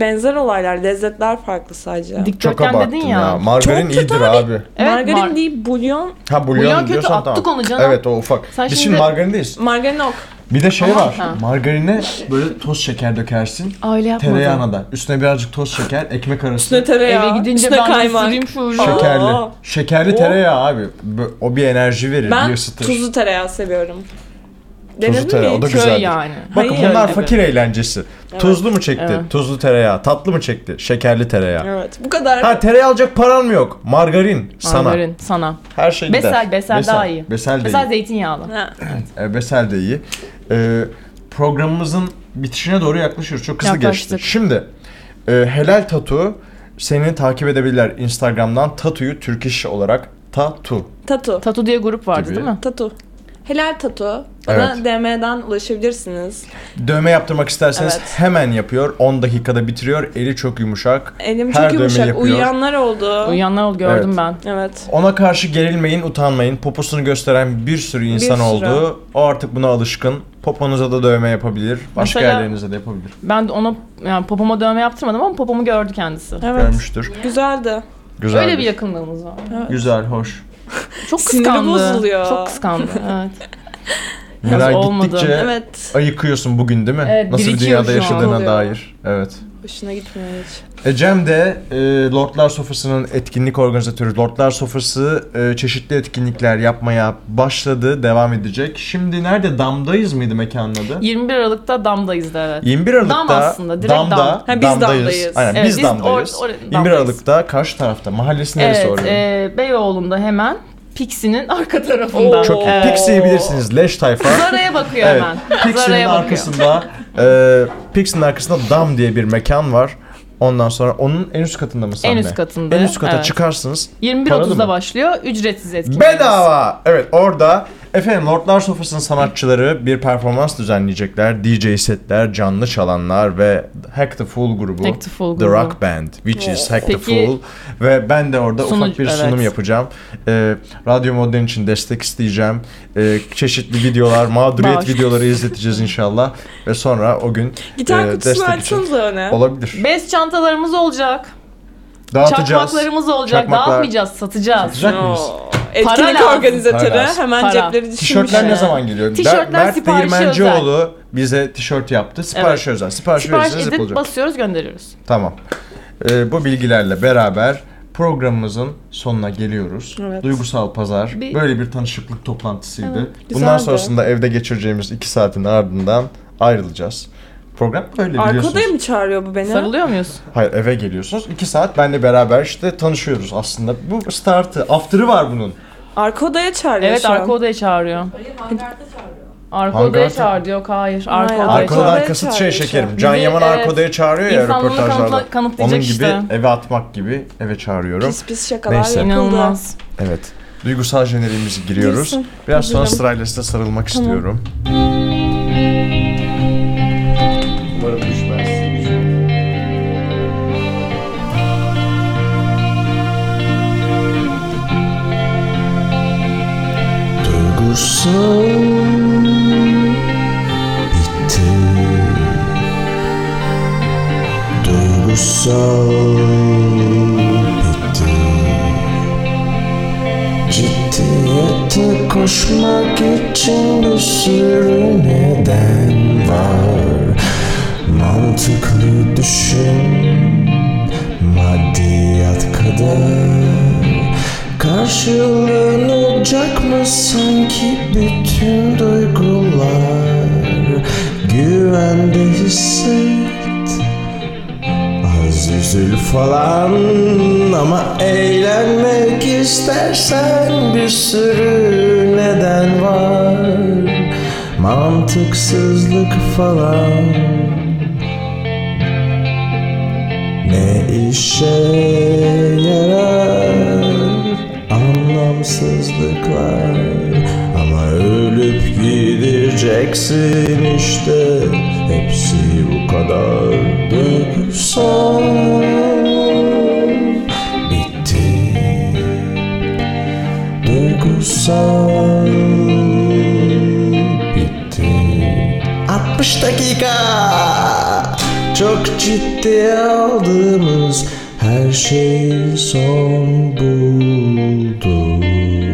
benzer olaylar lezzetler farklı sadece.
çok
Dikdörtgen
abarttın
dedin
ya.
ya.
Margarin
Çok kötü
iyidir
abi.
abi.
Evet,
margarin
mar-
değil bulyon.
Ha bulyon,
Bulyon kötü,
diyorsan
attık
tamam.
onu canım.
Evet o ufak.
Sen
Biz şimdi
şimdi-
margarindeyiz.
Margarin ok.
Bir de şey
Aman
var.
ha.
Margarine böyle toz şeker dökersin.
Öyle yapmadım.
Tereyağına da. Üstüne birazcık toz şeker, ekmek arası.
Üstüne tereyağı.
Eve gidince
üstüne
ben
kaymak.
kaymak. süreyim şu ucu.
Şeker.
Şekerli.
Aa.
Şekerli
Oh.
Oo.
tereyağı abi. Bö- O bir enerji verir, bir
Ben
ısıtır.
tuzlu tereyağı seviyorum. Denedin mi
tereyağı, o da
hiç?
güzel.
Köy
güzeldir.
yani.
Bakın
Hayır,
bunlar
evet.
fakir eğlencesi. Tuzlu mu çekti?
Evet.
Tuzlu tereyağı. Tatlı mı çekti? Şekerli tereyağı.
Evet bu kadar.
Ha tereyağı alacak paran mı yok? Margarin sana.
Margarin sana.
Her şey gider.
Besel, besel, daha iyi.
Besel de
Mesela
iyi.
zeytinyağlı.
Ha.
E, Besel de iyi. E, programımızın bitişine doğru yaklaşıyoruz. Çok hızlı
Yaklaştık.
geçti. Şimdi e, Helal Tatu seni takip edebilirler Instagram'dan Tatu'yu Türk iş olarak Tatu.
Tatu.
Tatu diye grup vardı
Gibi.
değil mi?
Tatu. Helal tatu. Bana
Evet.
DM'den ulaşabilirsiniz.
Dövme yaptırmak isterseniz
Evet.
hemen yapıyor. 10 dakikada bitiriyor. Eli çok yumuşak.
Elim
Her
çok
dövme
yumuşak.
yapıyor.
Uyuyanlar oldu.
Uyuyanlar oldu gördüm
Evet.
ben.
Evet.
Ona karşı gerilmeyin, utanmayın. Poposunu gösteren bir sürü insan
sürü.
oldu. O artık buna alışkın. Poponuza da dövme yapabilir. Başka
Mesela-
yerlerinize de yapabilir.
Ben de ona yani popoma dövme yaptırmadım ama popomu gördü kendisi.
Evet.
Görmüştür.
Güzeldi.
Güzel.
Öyle bir yakınlığımız var.
Güzel, hoş.
Çok
Siniri
kıskandı.
bozuluyor.
Çok kıskandı. Evet.
Miray
olmadı.
gittikçe
Evet.
ayıkıyorsun bugün değil mi?
Evet,
Nasıl bir dünyada
birikiyor şu an.
yaşadığına
Oluyor.
dair. Evet.
Hoşuna gitmiyor hiç.
Ecem de e, Lordlar Sofrası'nın etkinlik organizatörü. Lordlar Sofrası e, çeşitli etkinlikler yapmaya başladı, devam edecek. Şimdi nerede? Dam'dayız mıydı mekanın adı?
21 Aralık'ta damdayız da evet.
21 Aralık'ta
Dam aslında, direkt
Dam'da,
dam.
Ha, biz damdayız.
Aynen
Evet,
biz,
biz
Dam'dayız.
or- or-
21
damdayız.
Aralık'ta karşı tarafta. Mahallesi neresi
Evet,
orada?
e, Beyoğlu'nda hemen Pixie'nin arka tarafında.
Oo.
Çok iyi.
Evet.
Pixie'yi bilirsiniz. Leş tayfa.
Zara'ya bakıyor
evet.
hemen.
Pixie'nin
Zara'ya bakıyor.
arkasında e, Pixie'nin arkasında Dam diye bir mekan var. Ondan sonra onun en üst katında mı sahne?
En üst katında,
En üst kata
evet.
çıkarsınız. Paralı
21.30'da
mı?
başlıyor. Ücretsiz etkinlik.
Bedava. Evet orada efendim Lordlar Sofrası'nın sanatçıları bir performans düzenleyecekler. DJ setler, canlı çalanlar ve Hack the Fool grubu.
Hack the
The
Fool grubu. Oh.
Rock Band which is Hack the
Peki-
Fool. Ve ben de orada ufak
Sunucu-
bir sunum
evet.
yapacağım. Ee, Radyo Modern için destek isteyeceğim. Ee, çeşitli videolar, mağduriyet
Bağış.
videoları izleteceğiz inşallah. Ve sonra o gün
Gitar
e,
kutusunu
destek için
açsanıza öne.
olabilir.
Bez çantalarımız olacak.
Dağıtacağız.
Çakmaklarımız olacak.
Çakmaklar-
Dağıtmayacağız, satacağız.
Satacak mıyız?
Oo, Etkinlik
lazım.
organizatörü
Para lazım.
hemen
Para.
cepleri düşünmüş.
Tişörtler ne
yani.
zaman geliyor?
Tişörtler
Mert
siparişi
Değirmencioğlu bize tişört yaptı. Sipariş özel. Sipariş,
Sipariş
verirseniz
edip
yapılacak.
basıyoruz gönderiyoruz.
tamam. Ee, bu bilgilerle beraber programımızın sonuna geliyoruz. Duygusal Pazar
Bir-
böyle bir tanışıklık toplantısıydı. Bundan
güzeldi.
sonrasında evde geçireceğimiz iki saatin ardından ayrılacağız. Program böyle
Arkadaya
biliyorsunuz.
mı çağırıyor bu beni?
Sarılıyor muyuz?
Hayır eve geliyorsunuz. iki saat benle beraber işte tanışıyoruz aslında. Bu startı, after'ı var bunun.
Arka odaya çağırıyor
Evet
şu an.
arka odaya çağırıyor.
Hayır, hangarda çağırıyor.
Arka
Hangi
odaya
arka-
çağır diyor. Hayır. Arka
Aynen.
odaya
Arka
çağır.
odaya
Arkadan kasıt şey
çağırıyor
şekerim.
işte.
Can
Bizi,
Yaman
evet,
arka odaya çağırıyor ya
insanlığını
röportajlarda.
kanıtla- kanıtlayacak
Onun gibi
işte.
eve atmak gibi eve çağırıyorum.
Pis pis şakalar
Neyse.
yapıldı.
İnanılmaz.
Evet. Duygusal jeneriğimizi giriyoruz.
Girsin.
Biraz sonra
Girelim.
sırayla size sarılmak istiyorum.
Umarım düşmez.
Ciddiyete koşmak için bir sürü neden var Mantıklı düşün maddiyat kadar Karşılanacak mı sanki bütün duygular Güvende hisset Az üzül falan ama eğlenmek istersen bir sürü neden var Mantıksızlık falan ne işe yarar anlamsızlıklar Ama ölüp gideceksin işte hepsi bu kadar Duygusal bitti Duygusal bitti 60 dakika çok ciddiye aldığımız her şey son buldu.